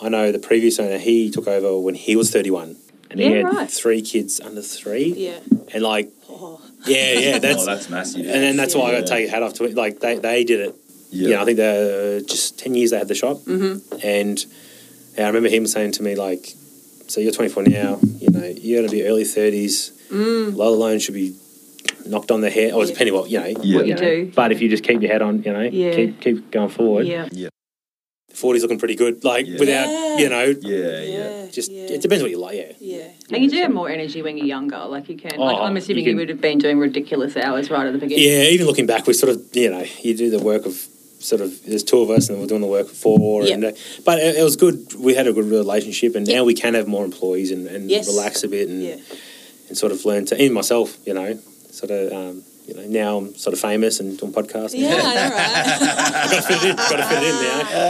I know the previous owner, he took over when he was 31.
And he
Yeah,
had
right.
Three kids under three.
yeah.
And, like,
Oh,
yeah, yeah, that's.
oh, that's massive.
and then that's why I got
Yeah.
to take a hat off to it. Like, they, they did it
yeah.
you know, I think they're just 10 years they had the shop. Mm-hmm. And I remember him saying to me, like, so you're 24 now, you know, you're going to be early 30s. Mm. Low loan should be knocked on the head, or
Yeah.
depending what, you know,
Yeah.
What you
know.
do.
But if you just keep your head on, you know,
Yeah.
keep keep going forward.
Yeah.
if 40's looking pretty good. Like,
Yeah.
without,
Yeah.
you know,
Yeah, yeah.
yeah,
just,
yeah,
it depends what you like, yeah.
Yeah.
And you do have more energy when you're younger. Like you can. Like
Oh,
I'm assuming
you
you,
can-
would have been doing ridiculous hours right at the beginning.
Yeah, even looking back, we sort of, you know, you do the work of sort of, there's two of us and we're doing the work for four.
Yeah.
And, uh, but it, it was good. We had a good relationship and
Yeah.
now we can have more employees and, and
Yes.
relax a bit and,
Yeah.
and sort of learn to, even myself, you know, sort of, um, you know, now I'm sort of famous and doing podcasts.
Yeah, I know,
got
right?
to fit in, got to fit in
Uh.
now.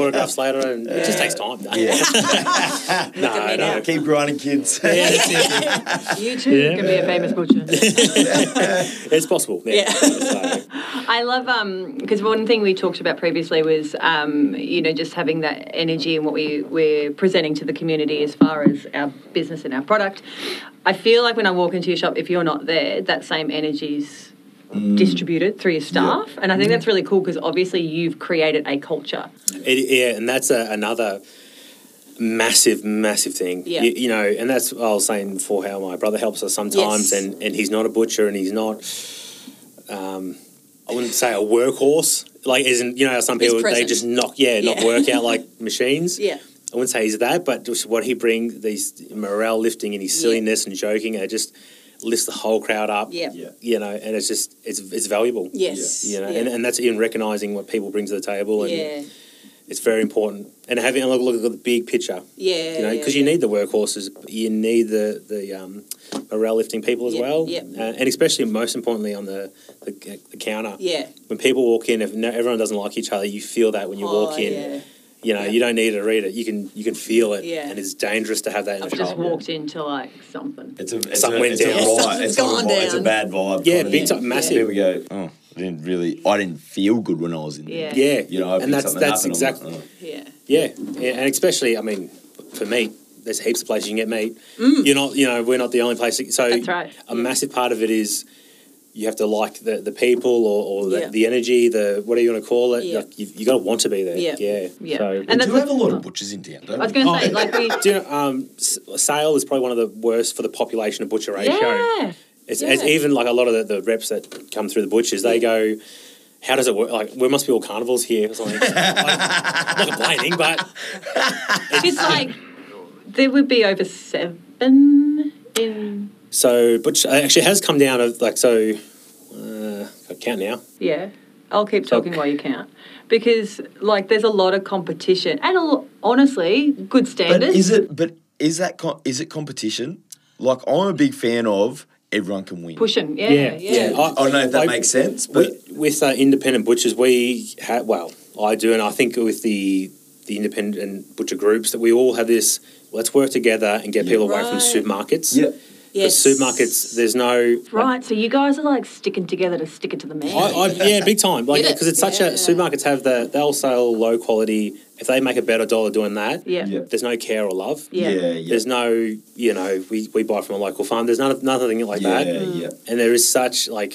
Autographs later and it just takes time. though.
Uh, Yeah.
no,
now.
no.
Keep grinding, kids.
Yeah, that's it.
You too
Yeah.
can be a famous butcher.
It's possible. Yeah.
Yeah.
So,
I love um because one thing we talked about previously was um you know just having that energy and what we we're presenting to the community as far as our business and our product. I feel like when I walk into your shop, if you're not there, that same energy's distributed through your staff, and I think that's really cool because obviously you've created a culture.
it, yeah, and that's a, another massive, massive thing.
Yeah.
You, you know, and that's what I was saying before how my brother helps us sometimes,
Yes.
and, and he's not a butcher and he's not, um, I wouldn't say a workhorse. Like, isn't you know, how some
He's
people they
present.
just knock, yeah, knock
Yeah.
work out like machines.
yeah.
I wouldn't say he's that, but just what he brings, these morale lifting and his
Yeah.
silliness and joking, it just lifts the whole crowd up.
Yeah.
Yeah.
You know, and it's just it's it's valuable.
Yes.
You know,
yeah.
and, and that's even recognizing what people bring to the table, and
yeah.
it's very important. And having a look, look at the big picture,
Yeah.
you know,
yeah,
because you need the workhorses, but you need the the um, morale lifting people as
Yeah,
well,
yeah.
Uh, and especially most importantly on the the, uh, the counter.
Yeah.
When people walk in, if no, everyone doesn't like each other, you feel that when you
Oh,
walk in.
yeah.
You know,
Yeah.
you don't need to read it. You can you can feel it,
Yeah.
and it's dangerous to have that in
I've
the
just
shop.
walked into like something.
It's a it's
Something
a,
went
it's a
down.
vibe.
Something's
It's, not a
gone
vibe. it's a
down.
bad vibe.
Yeah,
kind of
big
thing.
time,
People
massive.
go, oh, I didn't really, I didn't feel good when I was in there.
Yeah.
Yeah,
You know, I picked
and that's
something
that's
up and I'm
exactly
like, oh.
Yeah.
yeah. yeah, and especially I mean, for meat, there's heaps of places you can get meat.
Mm.
You're not, you know, we're not the only place. that- So
That's right.
A massive part of it is you have to like the, the people or, or the,
Yeah.
the energy, the whatever you want to call it.
Yeah.
Like you you got to want to be there.
Yeah.
yeah.
Yeah,
So-
oh.
and
We
that's
do have a
what,
lot of butchers in town, don't
I was
we?
going to say like we.
Do you know, um, S- Sale is probably one of the worst for the population of butcher ratio.
Yeah.
It's,
Yeah.
it's even like a lot of the, the reps that come through the butchers, they go, How does it work? Like, we must be all carnivals here. It's like, I'm not complaining, but
It's like there would be over seven in
so butcher actually it has come down of like, so uh, I count now.
yeah. I'll keep talking while you count because like there's a lot of competition and a lo- honestly good
But
standards.
is it? But is that? Com- is it competition? Like I'm a big fan of everyone can win.
pushing? Yeah,
Yeah,
yeah.
I don't know if Oh, that
I-
makes sense, but
With, with uh, independent butchers, we ha well, I do, and I think with the the independent butcher groups that we all have this. Let's work together and get people away from
Right.
supermarkets.
yeah,
Yes.
Because supermarkets, there's no.
Right. So you guys are like sticking together to stick it to the man.
I, I, yeah, big time. Like
Get it.
because it's such a
Yeah.
supermarkets have the they'll sell low quality. If they make a better dollar doing that,
yeah.
yeah,
there's no care or love.
yeah,
Yeah.
yeah.
There's no, you know, we, we buy from a local farm. There's none, nothing like
yeah,
that.
yeah.
and there is such like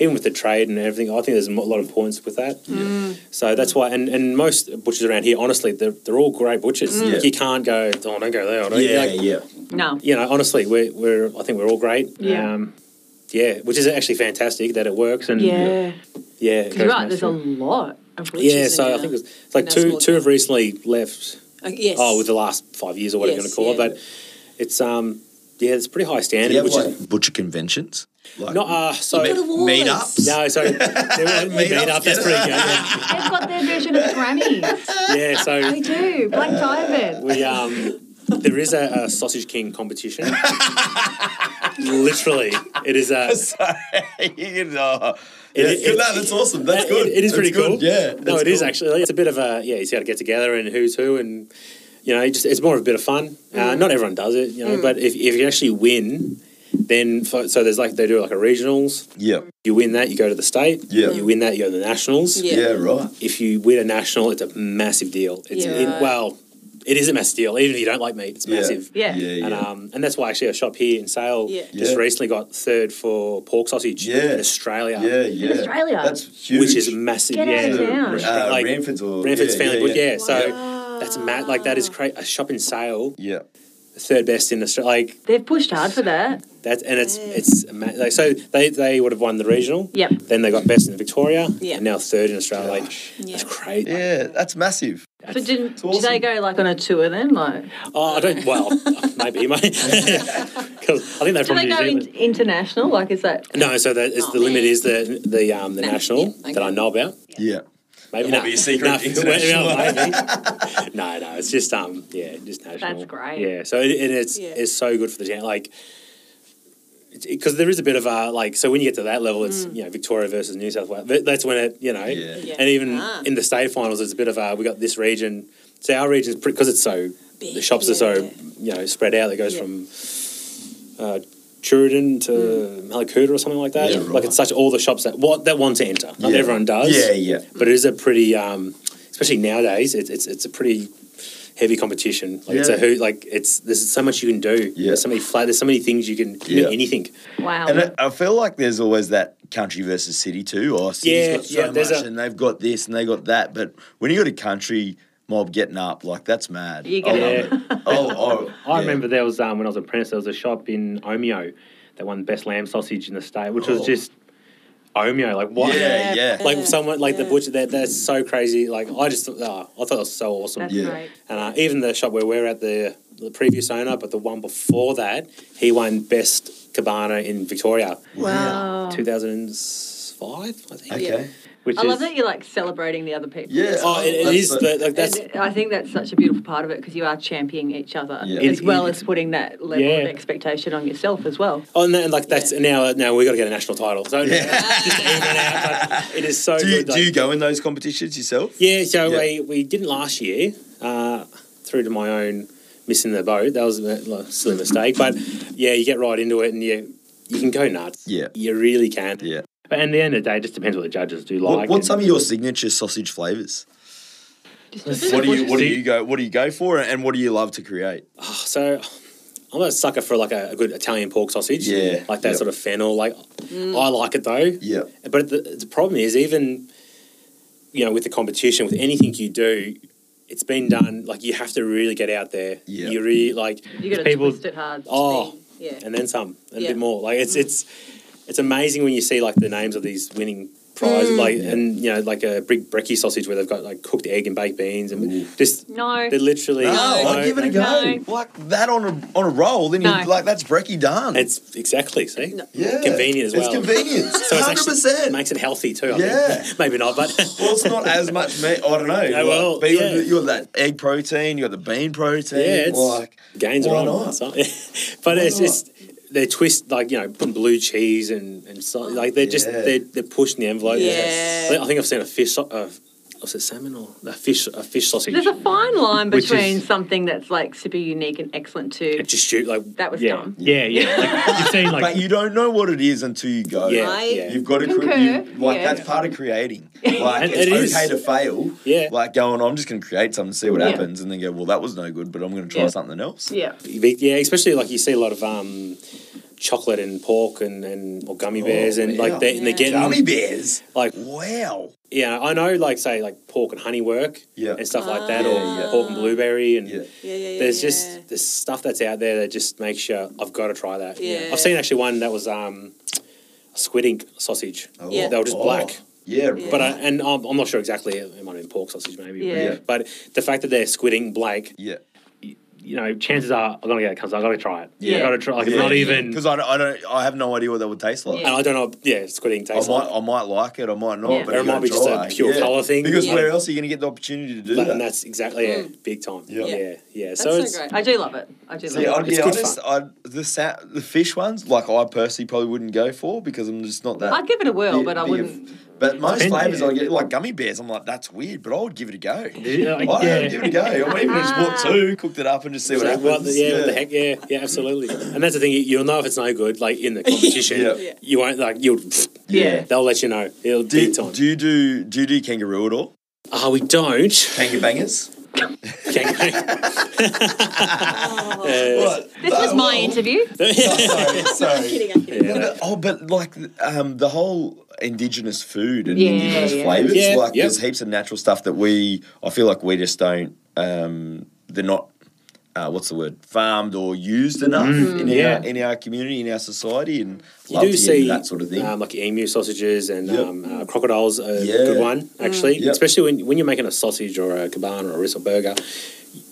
even with the trade and everything i think there's a mo- lot of points with that
Mm.
so that's why and, and most butchers around here honestly they're, they're all great butchers
Mm.
Like, you can't go oh don't go there I don't
Yeah,
like,
yeah.
No.
you know honestly we're, we're i think we're all great
Yeah.
um, yeah which is actually fantastic that it works and
Yeah.
yeah
Because you're right. There's a lot of riches
yeah
in
so i
there.
think it's, it's like
in our
two
small
two
town.
have recently left
Uh, yes.
oh with the last five years or whatever
Yes,
you want to call
yeah.
it but it's um yeah it's pretty high
Do
standard
you have
which
like
is
butcher conventions? Like
not uh so
Go to Woolies.
meetups?
no, so they were
Meet
meet
up,
up. That's
yeah.
pretty good. yeah.
they've got their version of the Grammys.
yeah, so
they do. Black tie event.
we um, there is a, a sausage king competition. Literally, it is a.
Sorry. you know.
It-
Yeah,
it-
good. no, that's awesome. That's
it-
good.
it is
That's
pretty
good.
cool.
Yeah.
No,
that's
it is
cool.
actually. It's a bit of a yeah. You see how to get together and who's who, and you know, just it's more of a bit of fun. Uh,
Mm.
not everyone does it, you know. But if if you actually win, then fo- so there's like they do like a regionals.
Yeah.
You win that, you go to the state.
Yeah.
You win that, you go to the nationals.
Yeah.
Yeah. Right.
If you win a national, it's a massive deal. It's
Yeah.
it, well, it is a massive deal. Even if you don't like meat, it's
Yeah.
massive.
Yeah.
Yeah.
And, um, and that's why actually a shop here in Sale
Yeah.
just
Yeah.
recently got third for pork sausage
Yeah.
in Australia,
yeah. Yeah.
Australia.
That's huge.
which is massive.
Get
yeah,
out of
Uh,
town.
Uh,
Like,
Ramfords or
Branford's family, would- yeah.
Yeah.
So that's mad. Like that is cra- a shop in Sale
Yeah.
third best in Australia. Like
They've pushed hard for that.
that's and it's it's ama- like so they they would have won the regional.
Yep.
Then they got best in Victoria.
Yeah.
And now third in Australia. Like
Gosh.
that's
Yeah.
crazy.
Yeah, that's massive.
but did,
It's
do they
awesome.
go like on a tour then? Like,
Oh, I don't. Well, maybe, mate. Because I think they're
do
from
they
New
go
Zealand.
in, international? Like, is that
No, so that is
Oh,
the limit
man.
is the the um the
Na-
national
yeah,
that I
okay.
know about.
Yeah. That might
Maybe not.
be a secret,
No,
international.
well, maybe. no, no, it's just um yeah, just national.
that's great?
Yeah.
Yeah, so it, and it's
Yeah.
it's so good for the town. Like, because there is a bit of a like, so when you get to that level, it's you know Victoria versus New South Wales. That- That's when it you know,
Yeah.
Mm. Yeah.
and even
Ah.
in the state finals, it's a bit of a we got this region. So our region's pretty because it's so
Big,
the shops are so
yeah.
you know spread out. It goes
Yeah.
from uh, Turidan to
Mm.
Malakuta or something like that.
Yeah,
Like
right.
it's such all the shops that what that want to enter. Not
Yeah.
everyone does.
Yeah, yeah.
But it is a pretty, um, especially nowadays, it's it's it's a pretty heavy competition. Like it's a
Yeah.
who, like it's there's so much you can do.
Yeah.
There's so many flat. There's so many things you can you
Yeah.
do anything.
Wow.
And I, I feel like there's always that country versus city too. Oh, city's
Yeah,
got so
yeah, there's
much,
a-
and they've got this, and they got that. But when you got a country mob getting up, like that's mad.
You
I
get
love
it.
it. Oh, oh,
I
yeah.
remember there was um, when I was an apprentice, there was a shop in Omeo that won best lamb sausage in the state, which was
Oh.
just Omeo. Like what?
Yeah, yeah.
Yeah.
Like someone like the
Yeah.
butcher, that that's so crazy. Like I just thought, oh, I thought it was so awesome.
that's
Yeah.
great.
And uh, even the shop where we're at, the, the previous owner, but the one before that, he won best cabana in Victoria,
Wow.
2005, I think.
Yeah.
Okay.
Which
I
is,
love that you're like celebrating the other people.
Yeah.
Oh, it, it
that's
is.
the-
The, like that's
And I think that's such a beautiful part of it because you are championing each other
Yeah.
as
It-
well
it-
as putting that level
Yeah.
of expectation on yourself as well.
Oh, and, then, like that's now. Now we got to get a national title. So
Yeah.
just to even it out, but it is so
Do you,
good.
do you
like-
go in those competitions yourself?
yeah, so
Yeah.
We, we didn't last year uh, through to my own missing the boat. That was a like, silly mistake, but yeah, you get right into it and you you can go nuts.
Yeah.
you really can.
Yeah.
But in the end of the day, it just depends what the judges do like.
What, what's some
and-
of your signature sausage flavors?
Just
What do you What do you go What do you go for, and what do you love to create?
So I'm a sucker for like a, a good Italian pork sausage.
Yeah,
like that
yeah.
sort of fennel. Like
Mm.
I like it though.
Yeah.
But the, the problem is, even you know, with the competition, with anything you do, it's been done. Like you have to really get out there.
Yeah.
You really like,
You got to
People-
twist it hard. to
Oh.
be- yeah. Mm.
and then some, and a
Yeah.
bit more. Like it's it's it's amazing when you see like the names of these winning
Mm.
prizes, like and you know, like a big brekkie sausage where they've got like cooked egg and baked beans, and
Ooh.
just
No.
they're literally.
No,
No,
like, give it a go.
no.
Like that on a on a roll, then you
No.
like that's brekkie done.
It's exactly see.
yeah.
convenient as well.
It's convenient.
So it's
Hundred
actually-
percent.
It makes it healthy too. I
Yeah.
think. maybe not, but
Well, it's not as much meat. I don't know. like,
well,
but you
yeah.
got- you got that egg protein. You got the bean protein.
Yeah, it's-
like
gains are
Why
on.
not?
so- but
Why
it's
not?
just they twist like you know putting blue cheese and and so, like they're just
Yeah.
they're, they're pushing the envelope.
Yes.
I think- I think I've seen a fish. so- Uh, was it salmon or a fish? A fish sausage.
There's a fine line
Which
between
is-
something that's like super unique and excellent to
It just shoot like
that was
Yeah,
dumb.
yeah, yeah. Like, you've seen
but
like
you don't know what it is until you go.
yeah,
I-
yeah.
You've got to
Concur,
cre- you, like
yeah.
that's part of creating. Like
And
it's
it is.
okay to fail.
Yeah.
Like going, I'm just going to create something, see what
Yeah.
happens, and then go, well, that was no good, but I'm going to try
Yeah.
something else.
Yeah.
But yeah, especially like you see a lot of um, chocolate and pork and, and or gummy bears and
wow.
like they, and they're getting
Oh, Gummy bears.
like
Wow.
yeah I know like say like pork and honey work
Yeah.
and stuff like that
Yeah,
or
yeah.
pork and blueberry and
Yeah.
Yeah, yeah, yeah.
there's
Ah. yeah.
just there's stuff that's out there that just makes you I've got to try that.
Yeah.
I've seen actually one that was um, a squid ink sausage.
Oh.
Yeah.
They were just black.
Yeah.
Yeah.
But I, and I'm, I'm not sure exactly. It might have been pork sausage, maybe.
Yeah.
Yeah.
But the fact that they're squid ink black,
yeah.
you know, chances are I'm gonna get it comes. I gotta try it.
Yeah.
I gotta try. Like it's not even.
because I don't, I don't I have no idea what that would taste like.
Yeah.
and I don't know. Yeah, squid ink
I
tastes
might,
like.
I might like it, I might not.
Yeah.
But
Or it
you
might
gotta
be just a
try.
pure colour thing.
Because
Yeah.
where else are you going to get the opportunity to do
But,
that?
and that's exactly yeah, big time.
Yeah.
yeah,
Yeah.
yeah.
Mm. That's
so
so,
it's
great.
I do love it. I do
See,
love
I'd
it.
It's
be
good
honest, I, the sa- the fish ones, like I personally probably wouldn't go for because I'm just not that.
I'd give it a whirl,
big-
but I
big of-
wouldn't.
But most
Depends,
flavors
yeah.
I get, like gummy bears, I'm like, that's weird, but I would give it a go.
Yeah,
I'd
like,
give
yeah.
it a go. I mean, even just bought two, cooked it up, and just see what
So
happens.
what the- yeah, what the heck, yeah, yeah, absolutely. And that's the thing, you- you'll know if it's no good, like in the competition.
Yeah.
Yeah.
You won't, like, you'll,
Yeah.
they'll let you know. It'll
Do,
big
you-
time.
do you do do you do kangaroo at all?
Oh, we don't.
Kangaroo bangers?
Kangaroo.
What?
This was my interview.
Sorry,
I'm
sorry.
kidding, I'm kidding.
No, but- oh, but like um, the whole indigenous food and
Yeah,
indigenous
yeah.
flavors,
Yeah,
like
yep.
there's heaps of natural stuff that we, I feel like we just don't. Um, they're not uh, what's the word farmed or used enough in
yeah.
our in our community in our society and
Mm, You
love
do
to
see
hear that sort of thing.
Um, like emu sausages and
Yep.
um, uh, crocodiles, are a
Yeah. Mm.
good one actually.
Yep.
Especially when, when you're making a sausage or a cabana or a wrist or burger,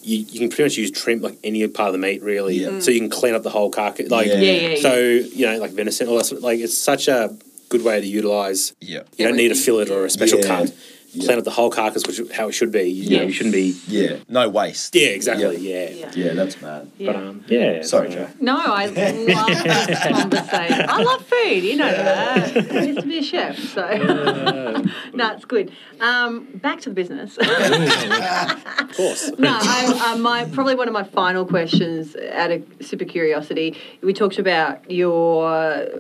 you, you can pretty much use trim like any part of the meat really.
Yeah.
So you can clean up the whole carcass. Like
Yeah.
Yeah, yeah,
so, you know, like venison. All that sort of, like it's such a good way to utilize.
yeah,
You don't need a
Everything.
fillet or a special
Yeah.
cut.
Yeah.
Clean up the whole carcass, which is how it should be. You
Yeah,
know.
you shouldn't be.
yeah, no waste.
Yeah, exactly. Yeah.
Yeah.
yeah, that's mad.
Yeah.
But um, yeah.
Sorry,
so-
Joe.
No, I love this conversation. I love food, you know that. I used to be a chef, so
Uh,
no, it's good. Um, back to the business.
Of course.
no, I, uh, my probably one of my final questions out of super curiosity. We talked about your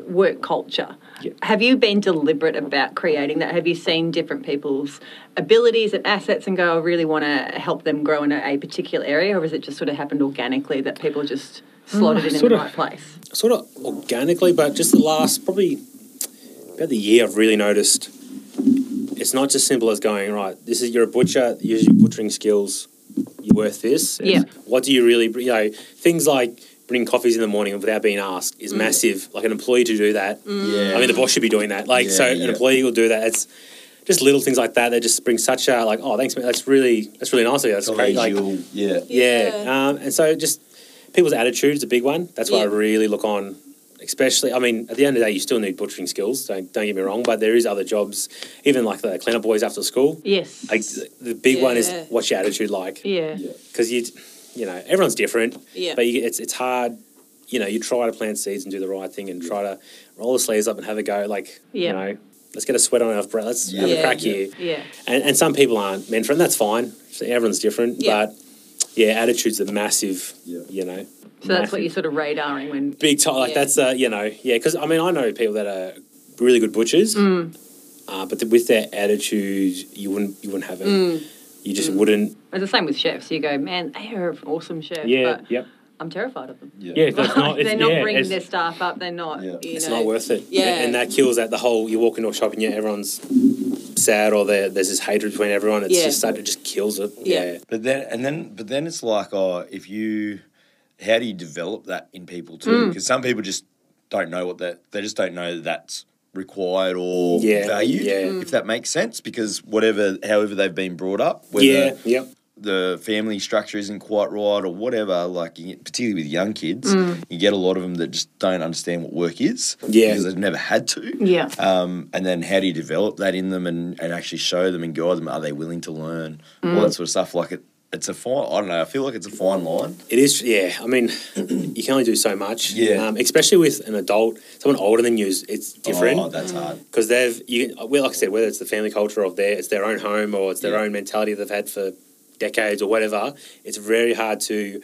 work culture.
Yeah.
Have you been deliberate about creating that? Have you seen different people's abilities and assets and go, I really want to help them grow in a, a particular area, or has it just sort of happened organically that people just slotted it in
sort
the
of.
right place?
sort of organically, but just the last probably about the year, I've really noticed it's not just simple as going right. This is you're a butcher. Use your butchering skills. You're worth this. It's
Yeah.
What do you really? br- You know, things like bringing coffees in the morning without being asked is massive. Like an employee to do that.
Yeah,
I mean, the boss should be doing that. Like, so
Yeah,
an
yeah.
employee will do that. It's just little things like that that just bring such a like. Oh, thanks, mate. That's really that's really nice of you. That's great. Like,
Collegial, yeah,
yeah.
Yeah.
Um, and so just people's attitude's a big one. That's why I
Yeah.
really look on, especially, I mean, at the end of the day, you still need butchering skills. Don't, don't get me wrong, but there is other jobs, even like the cleanup boys after school.
Yes.
Like the big one is
Yeah.
what's your attitude like?
yeah.
yeah.
Because you, you know, everyone's different,
Yeah.
but you, it's, it's hard. You know, you try to plant seeds and do the right thing and
Mm.
try to roll the sleeves up and have a go. Like,
Yeah.
you know, let's get a sweat on our brow. Let's have a
Yeah.
crack
Yeah.
here.
Yeah.
And, and some people aren't meant for it, and that's fine. So Everyone's different,
Yeah.
but yeah, attitude's a massive,
Yeah.
you know,
So that's what you're sort of radaring when.
big time. Like
Yeah.
that's a, you know, yeah, because I mean, I know people that are really good butchers, uh, but th- with their attitude, you wouldn't, you wouldn't have it. You just wouldn't.
It's the same with chefs. You go, man, they are an awesome chef.
yeah.
but
Yep.
I'm terrified of them.
Yeah. so it's not. It's,
they're not
yeah,
bringing
it's-
their staff up. They're not.
Yeah.
You
It's
know,
not worth it.
Yeah.
and, and that kills that the whole. You walk into a shop and yeah, everyone's sad or there, there's this hatred between everyone. It's
Yeah.
just that it just kills it.
Yeah.
yeah.
But then, and then, but then it's like, oh, if you, how do you develop that in people
Mm.
too? Because some people just don't know what that, they just don't know that that's required or
Yeah,
valued,
yeah. Mm.
if that makes sense. Because whatever, however they've been brought up, whether
yeah, yep.
the family structure isn't quite right or whatever, like you get, particularly with young kids, you get a lot of them that just don't understand what work is
Mm. Yeah.
because they've never had to.
Yeah.
Um, and then how do you develop that in them and, and actually show them and guide them? Are they willing to learn? All
Mm.
that sort of stuff. Like it, it's a fine. I don't know. I feel like it's a fine line.
It is, yeah. I mean, you can only do so much.
Yeah.
Um, especially with an adult, someone older than you, is it's
Oh,
different
that's
Mm.
hard.
because they've, you, well, like I said, whether it's the family culture of their, it's their own home or it's their
Yeah.
own mentality they've had for decades or whatever. It's very hard to,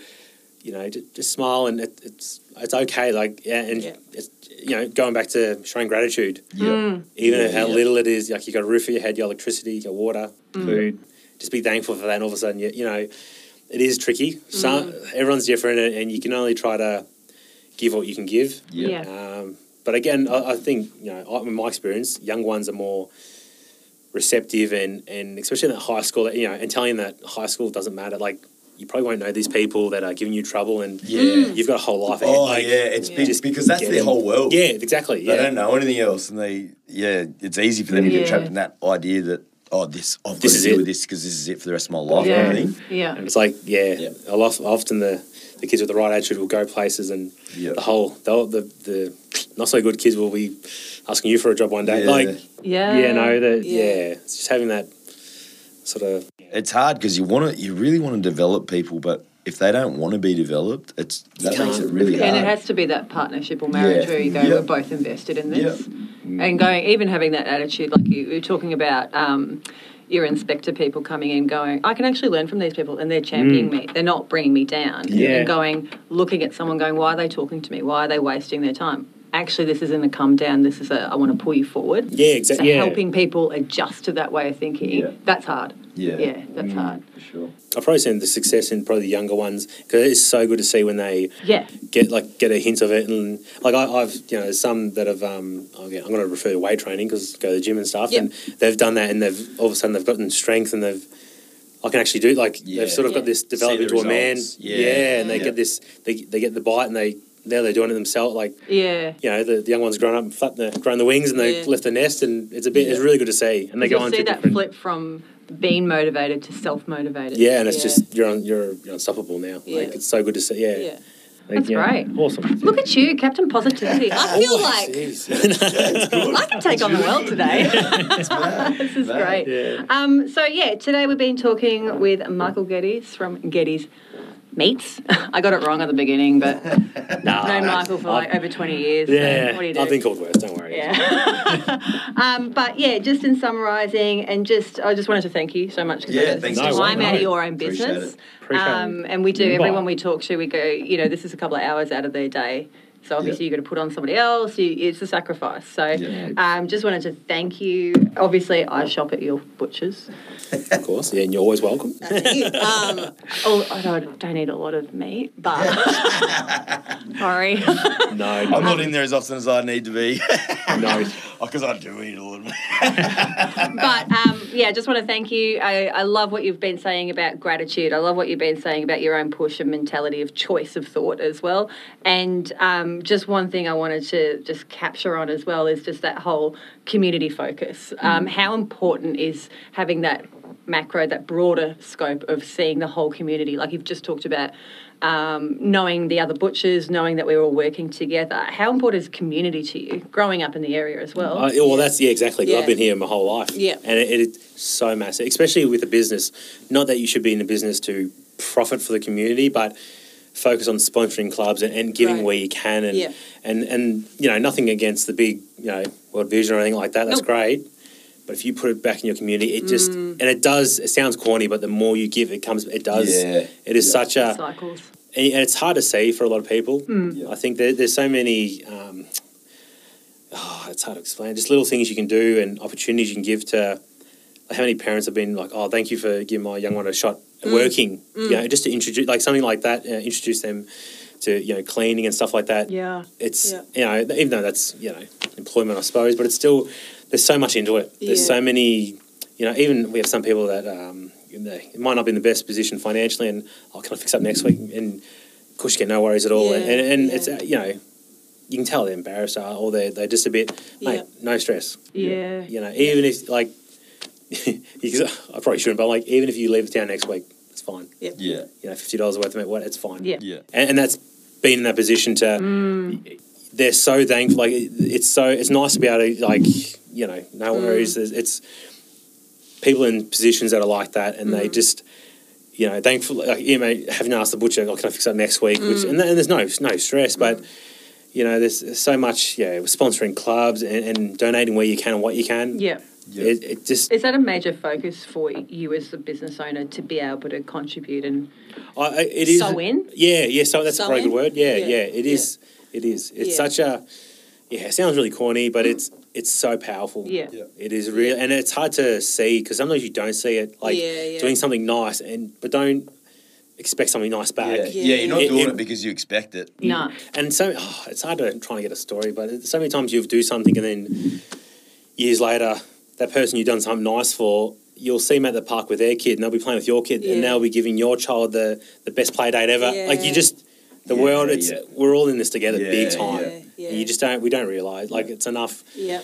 you know, just, just smile and it, it's it's okay. Like, yeah, and
Yeah.
it's you know, going back to showing gratitude,
Yeah.
Mm.
even
Yeah,
if how
yeah. Mm.
little it is. Like, you got a roof over your head, your electricity, your water,
Food.
just be thankful for that. And all of a sudden, you, you know, it is tricky.
Mm.
Some, Everyone's different, and, and you can only try to give what you can give.
Yeah.
Yeah.
Um, but again, I, I think you know, I, in my experience, young ones are more receptive, and and especially in that high school, you know, and telling them that high school doesn't matter. Like, you probably won't know these people that are giving you trouble, and
Yeah.
you've got a whole life. ahead.
Oh
like,
yeah, it's
Yeah.
big
Just
because that's
get
their
in.
whole world.
Yeah, exactly.
They
Yeah.
don't know anything else, and they yeah, it's easy for them to get
Yeah.
trapped in that idea that oh this I've got
This
to
is
deal
it.
with this because this is it for the rest of my life. kind of
Yeah.
thing.
Yeah.
It's like, yeah,
Yeah.
a lot, often the, the kids with the right attitude will go places and
Yeah.
the whole, the, the, the not so good kids will be asking you for a job one day. Like,
Yeah.
Uh, Yeah.
Yeah. No. The,
yeah, it's just having that sort of,
it's hard because you want to, you really want to develop people, but if they don't want to be developed, it's that makes it
can't.
really hard.
And it has to be that partnership or marriage
Yeah.
where you go,
Yep.
we're both invested in this.
Yep.
And going, even having that attitude, like you, you were talking about um, your inspector people coming in, going, I can actually learn from these people, and they're championing me. They're not bringing me down.
Mm. Yeah.
And going, looking at someone, going, why are they talking to me? Why are they wasting their time? Actually, this isn't a come down. This is a, I want to pull you forward.
yeah,
So
exactly.
Yeah.
helping people adjust to that way of thinking,
Yeah.
that's hard.
Yeah.
Yeah, that's
Mm,
hard.
for sure.
I've probably seen the success in probably the younger ones because it's so good to see when they
Yeah.
get like get a hint of it and like I, I've you know there's some that have um again, I'm going to refer to weight training because go to the gym and stuff
Yep.
and they've done that and they've all of a sudden they've gotten strength and they've I can actually do. Like
Yeah.
they've sort of
Yeah.
got this
See
developed
the
into a man.
results.
Yeah,
Yeah.
and they
Yeah.
get this. They, they get the bite, and they now they're doing it themselves. Like
Yeah.
you know, the, the young ones grown up, and flapped the, grown the wings, and they
Yeah.
left the nest, and it's a bit. It's really good to see. And
they go
You'll
on
see
to
that
different-
flip from being motivated to self motivated.
yeah, and it's just you're un, you're, you're unstoppable now.
Yeah.
Like it's so good to see. Yeah.
Yeah.
Like,
That's great.
Awesome.
Look at you, Captain Positivity. I feel
Oh,
like
jeez.
I can take on the world today. this is
Mad.
great. Um, so yeah, today we've been talking with Michael Geddes from Geddes Meats. I got it wrong at the beginning, but I've
Ah,
known Michael for like over twenty years. so
Yeah,
what do you do?
I've been called worse. Don't worry.
yeah. um, but yeah, just in summarising, and just I just wanted to thank you so much because
Yeah,
I
thanks
for
time
having
out of
me.
your own
Appreciate
business.
it.
Appreciate it.
um, and we do
Bye.
everyone we talk to, we go, you know, this is a couple of hours out of their day. So obviously you've got to put on somebody else. You, it's a sacrifice. So
Yeah.
um, just wanted to thank you. Obviously, I shop at your butchers.
Of course. Yeah, and you're always welcome.
um, oh, I don't, don't eat a lot of meat, but sorry.
No,
I'm
no,
not in there as often as I need to be
no.
because I do eat a little bit.
but um, yeah, just want to thank you. I, I love what you've been saying about gratitude. I love what you've been saying about your own push and mentality of choice of thought as well. And um, just one thing I wanted to just capture on as well is just that whole community focus. Um, how important is having that macro, that broader scope of seeing the whole community? Like you've just talked about um, knowing the other butchers, knowing that we were all working together. How important is community to you growing up in the area as well?
Uh, yeah, well, that's yeah, exactly. 'cause
Yeah.
I've been here my whole life.
Yeah.
and it, it's so massive, especially with a business. Not that you should be in a business to profit for the community, but focus on sponsoring clubs and, and giving
Right.
where you can, and
Yeah.
and and you know nothing against the big you know World Vision or anything like that. That's
Nope. Mm.
great. But if you put it back in your community, it just and it does. It sounds corny, but the more you give, it comes. It does.
Yeah.
It is such a
Cycles.
and, and it's hard to see for a lot of people.
Yeah.
I think there, there's so many. Um, oh, it's hard to explain. Just little things you can do and opportunities you can give to. Like how many parents have been like, "Oh, thank you for giving my young one a shot at working." You know, just to introduce like something like that, uh, introduce them to you know cleaning and stuff like that.
Yeah.
It's
Yeah.
you know even though that's you know employment I suppose, but it's still there's so much into it. There's
Yeah.
so many. You know, even we have some people that um, they might not be in the best position financially, and oh, can I fix up next week? And of course, you get no worries at all.
Yeah,
and and
yeah.
it's uh, you know, you can tell they're embarrassed uh, or they're they're just a bit, mate,
Yeah.
no stress.
Yeah.
You know, even if like, because I probably shouldn't, but like even if you leave town next week, it's fine.
Yeah,
You know, fifty dollars worth of it, what? It's fine.
Yeah.
yeah,
And, and that's been in that position to. They're so thankful. Like it- it's so it's nice to be able to like you know no worries. There's It's people in positions that are like that, and they just you know thankfully like you know having asked the butcher, oh, can I fix that next week? Which and, th- and there's no no stress, but you know there's so much. Yeah, we're sponsoring clubs and, and donating where you can and what you can.
Yeah.
yeah.
It, it just
Is that a major focus for you as the business owner to be able to contribute and
I, I- it is
Sew in?
Yeah, yeah. So that's a very
Sew in?
good word. Yeah,
Yeah.
yeah. It is. It is. It's
Yeah.
such a. Yeah, it sounds really corny, but it's it's so powerful.
Yeah.
Yeah.
It is real, and it's hard to see because sometimes you don't see it. Like
Yeah, yeah.
doing something nice, and but don't expect something nice back.
yeah. yeah, you're not
It-
doing
it-
it because you expect it.
no?
And so oh, it's hard to try and get a story, but it- so many times you do something, and then years later, that person you've done something nice for, you'll see them at the park with their kid, and they'll be playing with your kid,
Yeah.
and they'll be giving your child the, the best play date ever. Like
Yeah.
you just, the
Yeah,
world, it's
yeah.
we're all in this together,
Yeah,
big time.
yeah.
Yeah,
And you just don't, we don't realize. Like it's enough.
Yeah.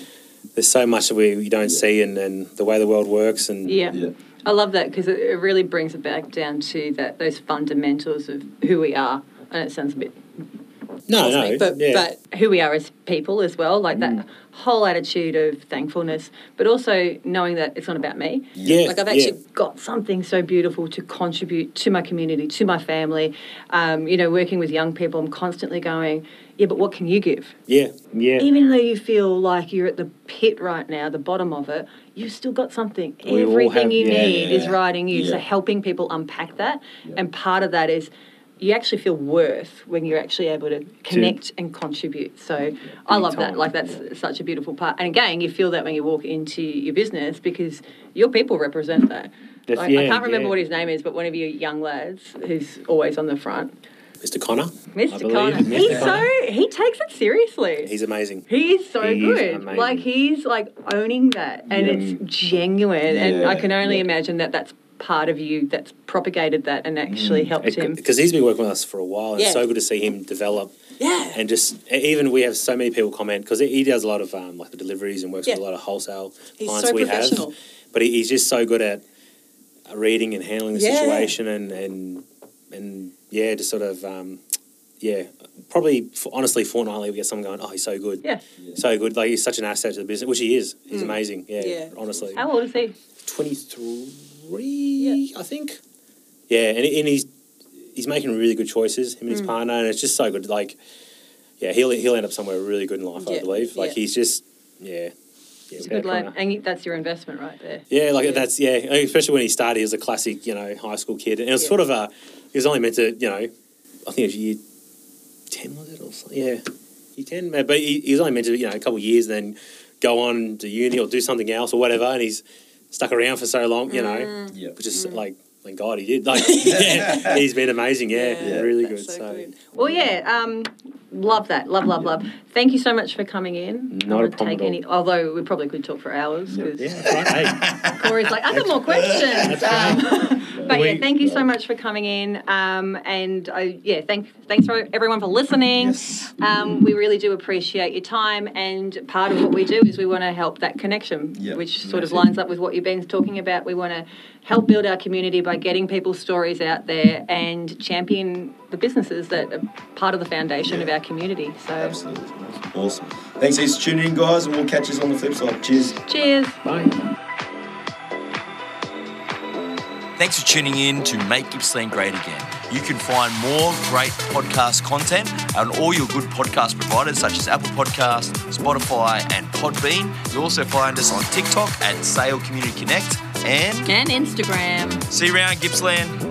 There's so much that we, we don't see, and, and the way the world works, and
Yeah.
Yeah.
I love that because it, it really brings it back down to that those fundamentals of who we are. And it sounds a bit
no, no,
cosmic, but
yeah. Mm.
but who we are as people as well, like that whole attitude of thankfulness, but also knowing that it's not about me.
yeah,
Like I've
yeah.
actually got something so beautiful to contribute to my community, to my family. Um, you know, working with young people, I'm constantly going, yeah, but what can you give?
yeah,
Yeah.
Even though you feel like you're at the pit right now, the bottom of it, you've still got something.
We all
Everything
have-
you
yeah,
need
yeah,
is right in you. So
yeah.
helping people unpack that, and part of that is. You actually feel worth when you're actually able to connect and contribute. So I love that.
time.
Like that's such a beautiful part. And again, you feel that when you walk into your business because your people represent that.
That's-
Like, I
yeah,
can't remember
yeah.
what his name is, but one of your young lads who's always on the front,
Mr. Connor,
Mr.
believe
Connor.
Mr.
He's so
Connor.
he takes it seriously.
he's amazing.
He is so
He is
good.
amazing.
like he's like owning that, and
Yeah.
it's genuine. And
Yeah.
I can only
Yeah.
imagine that that's part of you that's propagated that and
Mm.
actually helped him.
Because he's been working with us for a while, and it's
Yeah.
so good to see him develop.
Yeah.
And just e, even we have so many people comment because he does a lot of um, like the deliveries and works
Yeah.
with a lot of wholesale
He's
clients
so
we
professional.
have. But he, he's just so good at uh, reading and handling the
Yeah.
situation and and and yeah, just sort of um, yeah. Probably f honestly fortnightly we get someone going, oh he's so good,
yeah. Mm.
so good. Like he's such an asset to the business, which he is. He's amazing. Yeah,
Yeah.
honestly.
How old is he?
23, I think. Yeah, and, and he's he's making really good choices, him and
Mm.
his partner, and it's just so good. Like, yeah, he'll he'll end up somewhere really good in life, I
Yeah,
believe. Like
yeah.
he's just, yeah, yeah,
He's a
Yeah,
good lad.
kinda.
And you- that's your investment right there.
yeah. Like that's yeah, and especially when he started, he was a classic, you know, high school kid, and it was
Yeah.
sort of a he was only meant to, you know, I think it was year ten was it or something? Yeah, year ten, but he, he was only meant to, you know, a couple of years, then go on to uni or do something else or whatever, and he's stuck around for so long, you know.
Yeah.
which is like thank God he did. Like yeah, he's been amazing. Yeah,
Yeah.
really
That's
good. So,
Well, yeah. Um, love that. Love, love, love. Thank you so much for coming in.
Not a
I'll
problem
Take
at all.
any, although we probably could talk for hours because
Yeah, that's right. Hey,
Corey's like, I got more questions. Um, but yeah,
We-
thank you so much for coming in. Um, and I, yeah, thank, thanks for everyone for listening.
Yes.
Um, we really do appreciate your time. And part of what we do is we want to help that connection,
Yeah,
which sort of
amazing.
lines up with what you've been talking about. We want to help build our community by getting people's stories out there and champion the businesses that are part of the foundation of our community. So
Absolutely. Awesome. Thanks heaps for tuning in, guys, and we'll catch you on the flip side. Cheers.
cheers.
bye.
Thanks for tuning in to Make Gippsland Great Again. You can find more great podcast content on all your good podcast providers such as Apple Podcasts, Spotify, and Podbean. You'll also find us on TikTok at Sale Community Connect. And
And Instagram.
see you around, Gippsland.